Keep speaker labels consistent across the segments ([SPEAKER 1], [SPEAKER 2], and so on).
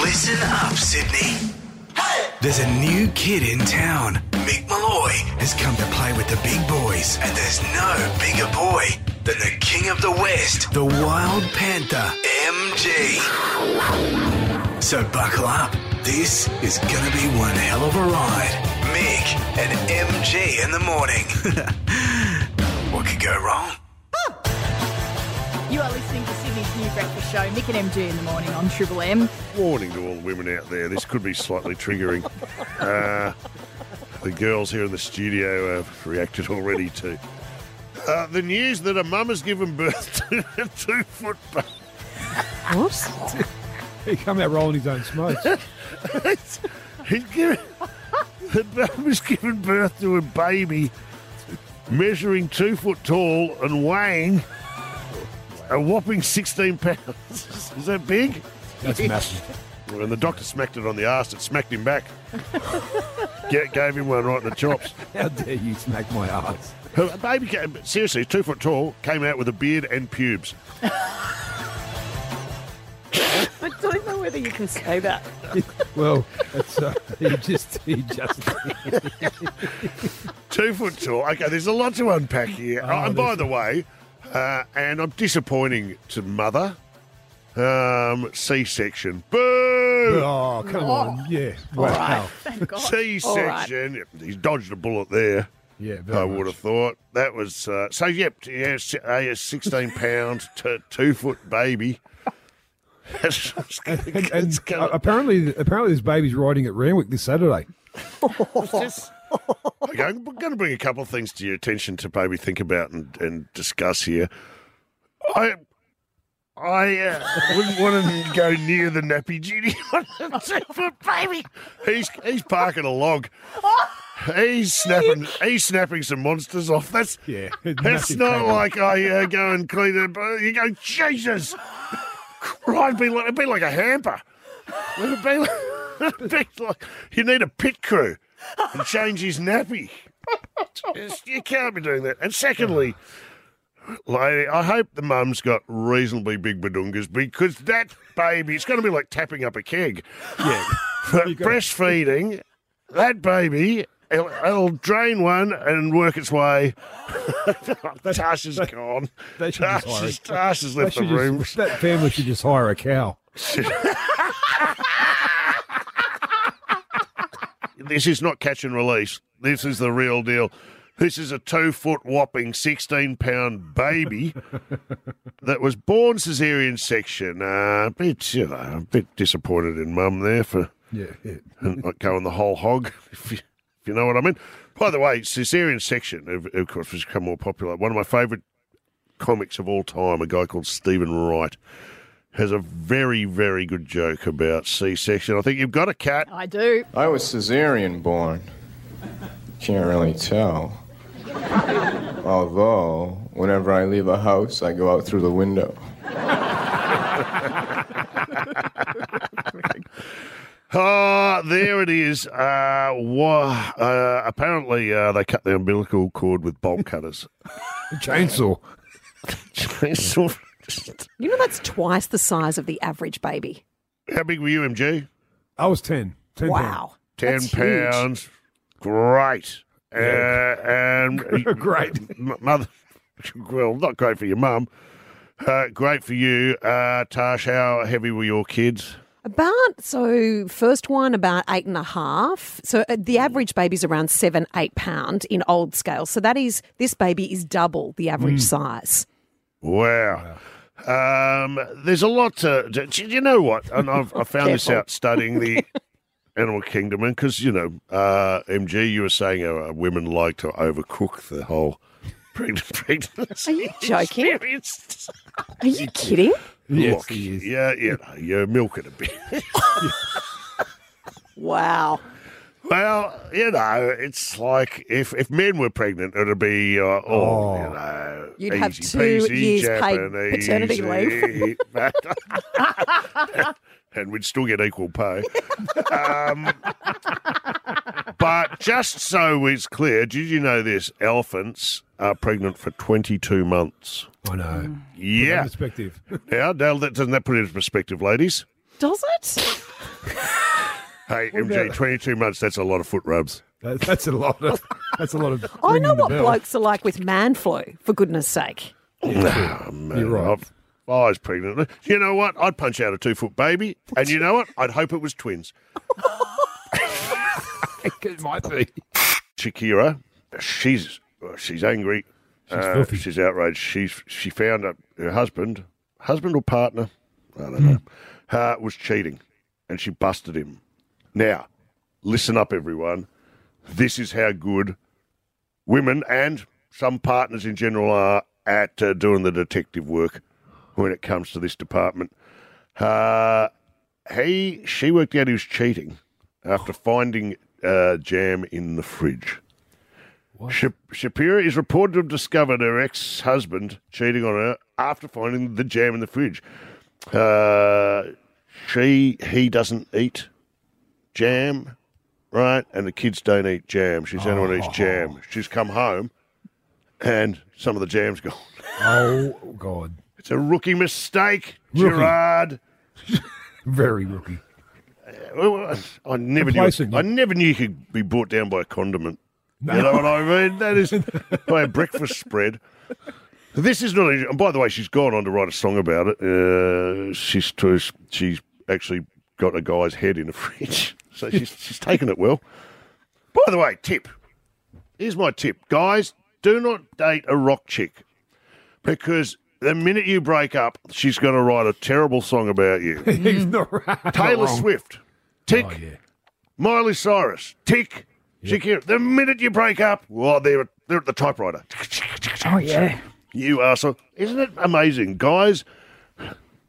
[SPEAKER 1] Listen up, Sydney. There's a new kid in town. Mick Malloy has come to play with the big boys, and there's no bigger boy than the King of the West, the Wild Panther, MG. So buckle up. This is gonna be one hell of a ride. Mick and MG in the morning. what could go wrong?
[SPEAKER 2] You are listening to Sydney's new breakfast show, Mick and MG in the morning on Triple M.
[SPEAKER 3] Warning to all the women out there, this could be slightly triggering. Uh, the girls here in the studio have reacted already to uh, the news that a mum has given birth to a two foot
[SPEAKER 2] Whoops.
[SPEAKER 4] He come out rolling his own smokes.
[SPEAKER 3] baby. The mum has given birth to a baby measuring two foot tall and weighing a whopping 16 pounds. Is that big?
[SPEAKER 4] That's massive.
[SPEAKER 3] And the doctor smacked it on the arse, it smacked him back. Ga- gave him one right in the chops.
[SPEAKER 4] How dare you smack my ass?
[SPEAKER 3] Her baby came, seriously, two foot tall, came out with a beard and pubes.
[SPEAKER 5] I don't know whether you can say that.
[SPEAKER 4] Well, it's, uh, he just, he just.
[SPEAKER 3] Two foot tall. Okay, there's a lot to unpack here. Oh, and by the way, uh, and I'm disappointing to mother. Um, C-section. Boo!
[SPEAKER 4] Oh, come on, yeah. Wow.
[SPEAKER 3] Oh.
[SPEAKER 2] Thank God.
[SPEAKER 3] C-section. He's dodged a bullet there.
[SPEAKER 4] Yeah, very
[SPEAKER 3] I would have thought that was uh, so. Yep, yeah, si- a a sixteen pound, t- two foot baby. That's-
[SPEAKER 4] And,
[SPEAKER 3] it's
[SPEAKER 4] and
[SPEAKER 3] gonna-
[SPEAKER 4] apparently, apparently, this baby's riding at Randwick this Saturday.
[SPEAKER 3] Okay, I'm going to bring a couple of things to your attention to maybe think about and, and discuss here. I I uh, wouldn't want to go near the nappy genie on a two-foot baby. He's he's parking a log. He's snapping he's snapping some monsters off. That's
[SPEAKER 4] Yeah,
[SPEAKER 3] That's
[SPEAKER 4] massive
[SPEAKER 3] not
[SPEAKER 4] cracker.
[SPEAKER 3] like I uh, go and clean it. But you go, Jesus, Christ, be like, it'd be like a hamper. It'd be like, it'd be like- you need a pit crew and change his nappy. Just- you can't be doing that. And secondly, lady, I hope the mum's got reasonably big badungas because that baby, it's going to be like tapping up a keg.
[SPEAKER 4] Yeah.
[SPEAKER 3] But breastfeeding, that baby, it'll, it'll drain one and work its way. Tash is gone.
[SPEAKER 4] they should
[SPEAKER 3] Tash
[SPEAKER 4] just hire
[SPEAKER 3] is,
[SPEAKER 4] it.
[SPEAKER 3] Tash has
[SPEAKER 4] They
[SPEAKER 3] left the
[SPEAKER 4] should
[SPEAKER 3] room.
[SPEAKER 4] just, that family should just hire a cow.
[SPEAKER 3] This is not catch and release. This is the real deal. This is a two foot whopping 16 pound baby that was born cesarean section. Uh, a bit, you know, a bit disappointed in mum there for
[SPEAKER 4] Yeah, yeah.
[SPEAKER 3] and not going the whole hog, if you, if you know what I mean. By the way, Caesarean section, of, of course, has become more popular. One of my favourite comics of all time, a guy called Stephen Wright, has a very, very good joke about C section. I think you've got a cat.
[SPEAKER 2] I do.
[SPEAKER 6] I was cesarean born. Can't really tell. Although, whenever I leave a house, I go out through the window.
[SPEAKER 3] Ah, there it is. Uh, wha- uh, apparently, uh, they cut the umbilical cord with bolt cutters.
[SPEAKER 4] Chainsaw.
[SPEAKER 3] Chainsaw.
[SPEAKER 5] You know, that's twice the size of the average baby.
[SPEAKER 3] How big were you, MG?
[SPEAKER 4] I was 10. 10
[SPEAKER 5] Wow.
[SPEAKER 3] 10
[SPEAKER 5] That's huge.
[SPEAKER 3] pounds. Great. Uh, and
[SPEAKER 4] Great.
[SPEAKER 3] M- mother, well, not great for your mum. Uh, great for you, uh, Tash. How heavy were your kids?
[SPEAKER 5] About, so first one about eight and a half. So uh,
[SPEAKER 4] Mm.
[SPEAKER 5] the average baby's around seven, eight pound in old scale. So that is, this baby is double the
[SPEAKER 4] Mm.
[SPEAKER 5] average size.
[SPEAKER 3] Wow. Um, there's a lot to. Do do you know what? And I've I found this
[SPEAKER 5] Careful.
[SPEAKER 3] out studying the animal kingdom, and because you know, uh, MG, you were saying uh, women like to overcook the whole pregnant pregnancy.
[SPEAKER 5] Are you joking?
[SPEAKER 3] experience.
[SPEAKER 5] Are you kidding?
[SPEAKER 4] Yes,
[SPEAKER 3] Look,
[SPEAKER 4] he is.
[SPEAKER 3] yeah, yeah, you milk it a bit.
[SPEAKER 5] Wow.
[SPEAKER 3] Well, you know, it's like if, if men were pregnant, it'd be uh, oh, you know,
[SPEAKER 5] You'd have
[SPEAKER 3] easy
[SPEAKER 5] two
[SPEAKER 3] peasy,
[SPEAKER 5] years paid
[SPEAKER 3] Japanese,
[SPEAKER 5] paternity leave.
[SPEAKER 3] and we'd still get equal pay. um, but just so it's clear, did you know this? Elephants are pregnant for twenty-two months.
[SPEAKER 4] I know.
[SPEAKER 3] Yeah.
[SPEAKER 4] Perspective.
[SPEAKER 3] Now, now, that doesn't that put it into perspective, ladies?
[SPEAKER 5] Does it?
[SPEAKER 3] Hey, MG, 22 months, that's a lot of foot rubs.
[SPEAKER 4] That- That's a lot of. That's a lot of.
[SPEAKER 5] I know
[SPEAKER 4] ringing the
[SPEAKER 5] what
[SPEAKER 4] bell.
[SPEAKER 5] blokes are like with man flu, for goodness sake.
[SPEAKER 3] Ah, man,
[SPEAKER 4] You're right.
[SPEAKER 3] I've- if I was pregnant. You know what? I'd punch out a two foot baby, and you know what? I'd hope it was twins.
[SPEAKER 4] It might be.
[SPEAKER 3] Shakira, she's she's angry. She's,
[SPEAKER 4] filthy.
[SPEAKER 3] she's outraged. She's she found out her husband, husband or partner, I don't know, uh, was cheating, and she busted him. Now, listen up, everyone. This is how good women and some partners in general are at uh, doing the detective work when it comes to this department. Uh, he she worked out he was cheating after finding uh, jam in the fridge. Shap- Shapira is reported to have discovered her ex-husband cheating on her after finding the jam in the fridge. Uh, she he doesn't eat jam, right? And the kids don't eat jam. She's the only one who eats jam. She's come home, and some of the jam's gone.
[SPEAKER 4] Oh God,
[SPEAKER 3] It's a rookie mistake,
[SPEAKER 4] Rookie.
[SPEAKER 3] Gerard.
[SPEAKER 4] very rookie.
[SPEAKER 3] Well, I never knew.
[SPEAKER 4] Complacent, you-
[SPEAKER 3] I never knew you could be brought down by a condiment. You know what I mean? That is by a breakfast spread. This is not. A, and by the way, she's gone on to write a song about it. Uh, she's to, she's actually got a guy's head in a fridge, so she's she's taken it well. By the way, tip. Here's my tip, guys: do not date a rock chick because the minute you break up, she's going to write a terrible song about you.
[SPEAKER 4] He's not right.
[SPEAKER 3] Taylor Swift, tick.
[SPEAKER 4] Oh, yeah.
[SPEAKER 3] Miley Cyrus, tick. Shakira. The minute you break up, well, they're they're at the typewriter.
[SPEAKER 2] Oh, yeah.
[SPEAKER 3] You are so. Isn't it amazing, guys?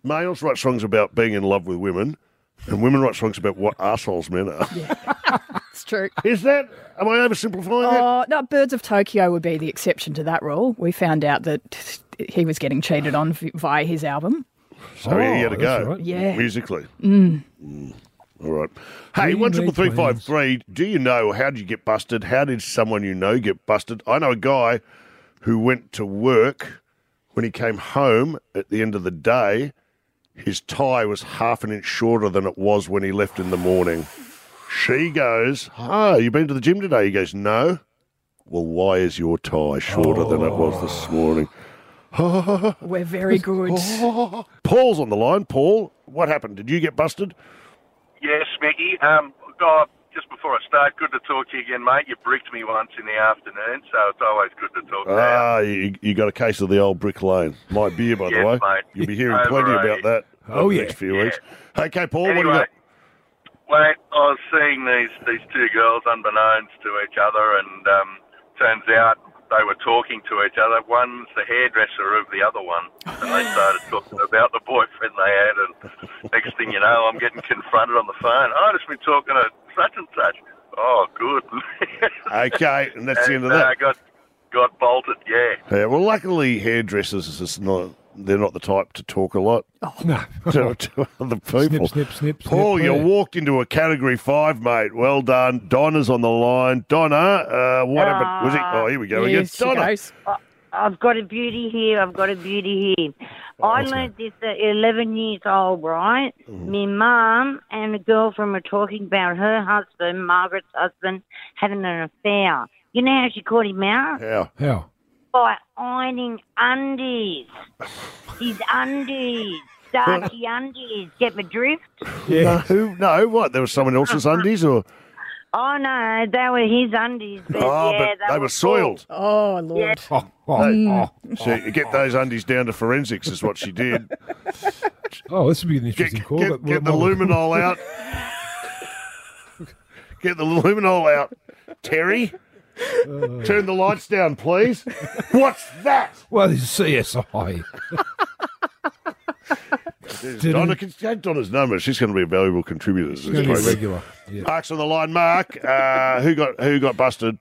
[SPEAKER 3] Males write songs about being in love with women, and women write songs about what assholes men are.
[SPEAKER 2] It's true.
[SPEAKER 3] Is that? Am I oversimplifying it?
[SPEAKER 2] Oh, no, Birds of Tokyo would be the exception to that rule. We found out that he was getting cheated on v- via his album.
[SPEAKER 3] So yeah, you had a
[SPEAKER 4] Oh,
[SPEAKER 3] go.
[SPEAKER 4] that's right.
[SPEAKER 2] Yeah.
[SPEAKER 3] Musically. Mm. All right. Hey,
[SPEAKER 4] We
[SPEAKER 3] one triple
[SPEAKER 4] need
[SPEAKER 3] three five three. Do you know how did you get busted? How did someone you know get busted? I know a guy who went to work when he came home at the end of the day. His tie was half an inch shorter than it was when he left in the morning. She goes, "Ah, you been to the gym today?" He goes, "No." Well, why is your tie shorter than it was this morning?
[SPEAKER 2] We're very good.
[SPEAKER 3] Paul's on the line. Paul, what happened? Did you get busted?
[SPEAKER 7] Yes, Mickey. Um, God, just before I start, good to talk to you again, mate. You bricked me once in the afternoon, so it's always good to talk to you.
[SPEAKER 3] Ah, you, you got a case of the old brick lane. My beer, by the
[SPEAKER 7] Yes,
[SPEAKER 3] way.
[SPEAKER 7] mate.
[SPEAKER 3] You'll be hearing
[SPEAKER 7] Over
[SPEAKER 3] plenty
[SPEAKER 7] eight.
[SPEAKER 3] about that.
[SPEAKER 4] Oh,
[SPEAKER 3] over the
[SPEAKER 4] yeah.
[SPEAKER 3] next few weeks. Okay, Paul. What do you
[SPEAKER 7] Anyway,
[SPEAKER 3] got?
[SPEAKER 7] wait, I was seeing these, these two girls unbeknownst to each other, and um, turns out they were talking to each other. One's the hairdresser of the other one, and they started talking about the boyfriend they had. And next thing you know, I'm getting confronted on the phone. Oh, I've just been talking to such and such. Oh, good.
[SPEAKER 3] Ah, Okay, and that's the end of
[SPEAKER 7] And, uh,
[SPEAKER 3] that.
[SPEAKER 7] got got bolted. Yeah.
[SPEAKER 3] Yeah, well, luckily, hairdressers is not. They're not the type to talk a lot
[SPEAKER 4] No.
[SPEAKER 3] to, to other people.
[SPEAKER 4] Snip, snip, snip,
[SPEAKER 3] Paul,
[SPEAKER 4] snip,
[SPEAKER 3] you
[SPEAKER 4] yeah.
[SPEAKER 3] walked into a category five, mate. Well done. Donna's on the line. Donna, uh, what happened? Was it? Oh, here we
[SPEAKER 4] Ah,
[SPEAKER 3] go
[SPEAKER 2] Here
[SPEAKER 3] again.
[SPEAKER 2] she
[SPEAKER 3] Donna,
[SPEAKER 2] goes.
[SPEAKER 8] I've got a beauty here. I've got a beauty here.
[SPEAKER 3] Oh,
[SPEAKER 8] I learnt this at 11 years old, right?
[SPEAKER 3] Mm-hmm.
[SPEAKER 8] Me mum and a girlfriend were talking about her husband, Margaret's husband, having an affair. You know how she caught him out?
[SPEAKER 3] how?
[SPEAKER 4] How?
[SPEAKER 8] By ironing undies. His undies. Darky undies. Get my drift?
[SPEAKER 3] No, who? No, what? There was someone else's undies, or
[SPEAKER 8] Oh, no. They were his undies. But
[SPEAKER 3] oh,
[SPEAKER 8] yeah,
[SPEAKER 3] but they were soiled.
[SPEAKER 2] Oh, Lord.
[SPEAKER 4] Oh, oh, oh,
[SPEAKER 3] So you get those undies down to forensics is what she did.
[SPEAKER 4] oh, this would be an
[SPEAKER 3] Get,
[SPEAKER 4] interesting
[SPEAKER 3] get,
[SPEAKER 4] call. but
[SPEAKER 3] get the
[SPEAKER 4] we'll-
[SPEAKER 3] luminol out. Get the luminol out, Terry.
[SPEAKER 4] Uh.
[SPEAKER 3] Turn the lights down, please. What's that?
[SPEAKER 4] Well, this is CSI.
[SPEAKER 3] Donna, can, get Donna's number. She's going to be a valuable contributor to this
[SPEAKER 4] Gonna be
[SPEAKER 3] program.
[SPEAKER 4] regular. Yeah.
[SPEAKER 3] Mark's on the line. Mark, uh, who got who got busted?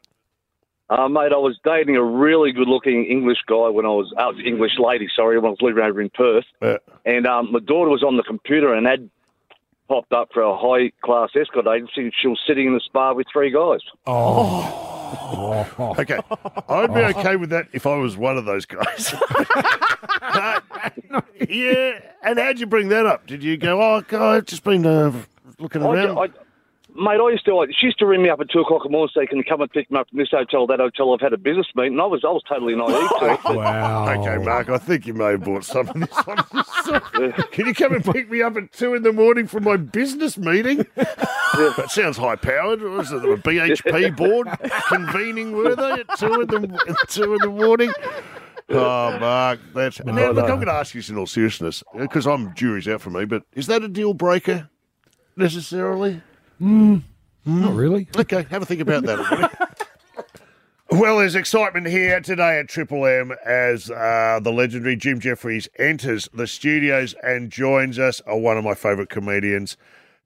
[SPEAKER 9] Uh, mate, I was dating a really good-looking English guy when I was, uh, English lady, sorry, when I was living over in Perth,
[SPEAKER 3] Uh,
[SPEAKER 9] and um, my daughter was on the computer, and ad popped up for a high-class escort agency, and she was sitting in the spa with three guys.
[SPEAKER 4] Oh.
[SPEAKER 3] okay, I'd be okay with that if I was one of those guys. Uh, yeah, and how'd you bring that up? Did you go, oh, God, I've just been uh, looking
[SPEAKER 9] I-
[SPEAKER 3] around.
[SPEAKER 9] I- Mate, I used to. Like, she used to ring me up at two o'clock in the morning, so you can come and pick me up from this hotel, that hotel. I've had a business meeting. I was, I was totally naive to it.
[SPEAKER 4] oh. Wow.
[SPEAKER 3] Okay, Mark, I think you may have bought some of this on yourself. Can you come and pick me up at two in the morning for my business meeting? that sounds high powered. Was it a BHP board convening? Were they at two in the at two in the morning? Oh, Mark, that's. now, look, I'm going to ask you this in all seriousness because I'm jury's out for me. But is that a deal breaker necessarily?
[SPEAKER 4] Not really.
[SPEAKER 3] Okay, have a think about that. everybody. well, there's excitement here today at Triple M as uh, the legendary Jim Jeffries enters the studios and joins us. Uh, one of my favourite comedians.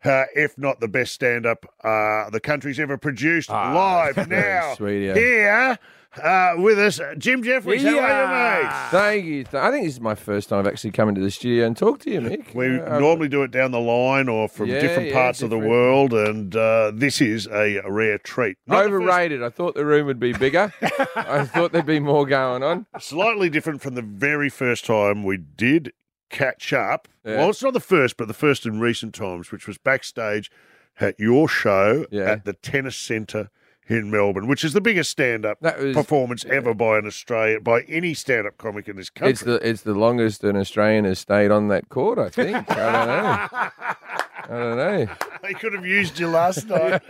[SPEAKER 3] Uh, if not the best stand-up uh, the country's ever produced, live now
[SPEAKER 10] Ah, sweet, yeah.
[SPEAKER 3] here uh, with us, uh, Jim Jeffries. How are you, mate?
[SPEAKER 10] Thank you. Th- I think this is my first time I've actually come into the studio and talked to you, Mick.
[SPEAKER 3] We
[SPEAKER 10] Uh,
[SPEAKER 3] normally do it down the line or from
[SPEAKER 10] Yeah,
[SPEAKER 3] different
[SPEAKER 10] yeah,
[SPEAKER 3] parts of the
[SPEAKER 10] different.
[SPEAKER 3] world, and uh, this is a rare treat. Not the first
[SPEAKER 10] Overrated. I thought the room would be bigger. I thought there'd be more going on.
[SPEAKER 3] slightly different from the very first time we did catch up.
[SPEAKER 10] Yeah.
[SPEAKER 3] Well, it's not the first, but the first in recent times, which was backstage at your show
[SPEAKER 10] Yeah.
[SPEAKER 3] at the Tennis Centre in Melbourne, which is the biggest stand-up
[SPEAKER 10] That was-
[SPEAKER 3] performance ever by an Australian, by any stand-up comic in this country.
[SPEAKER 10] It's the it's the longest an Australian has stayed on that court. I think. I don't know. I don't know.
[SPEAKER 3] they could have used you last night.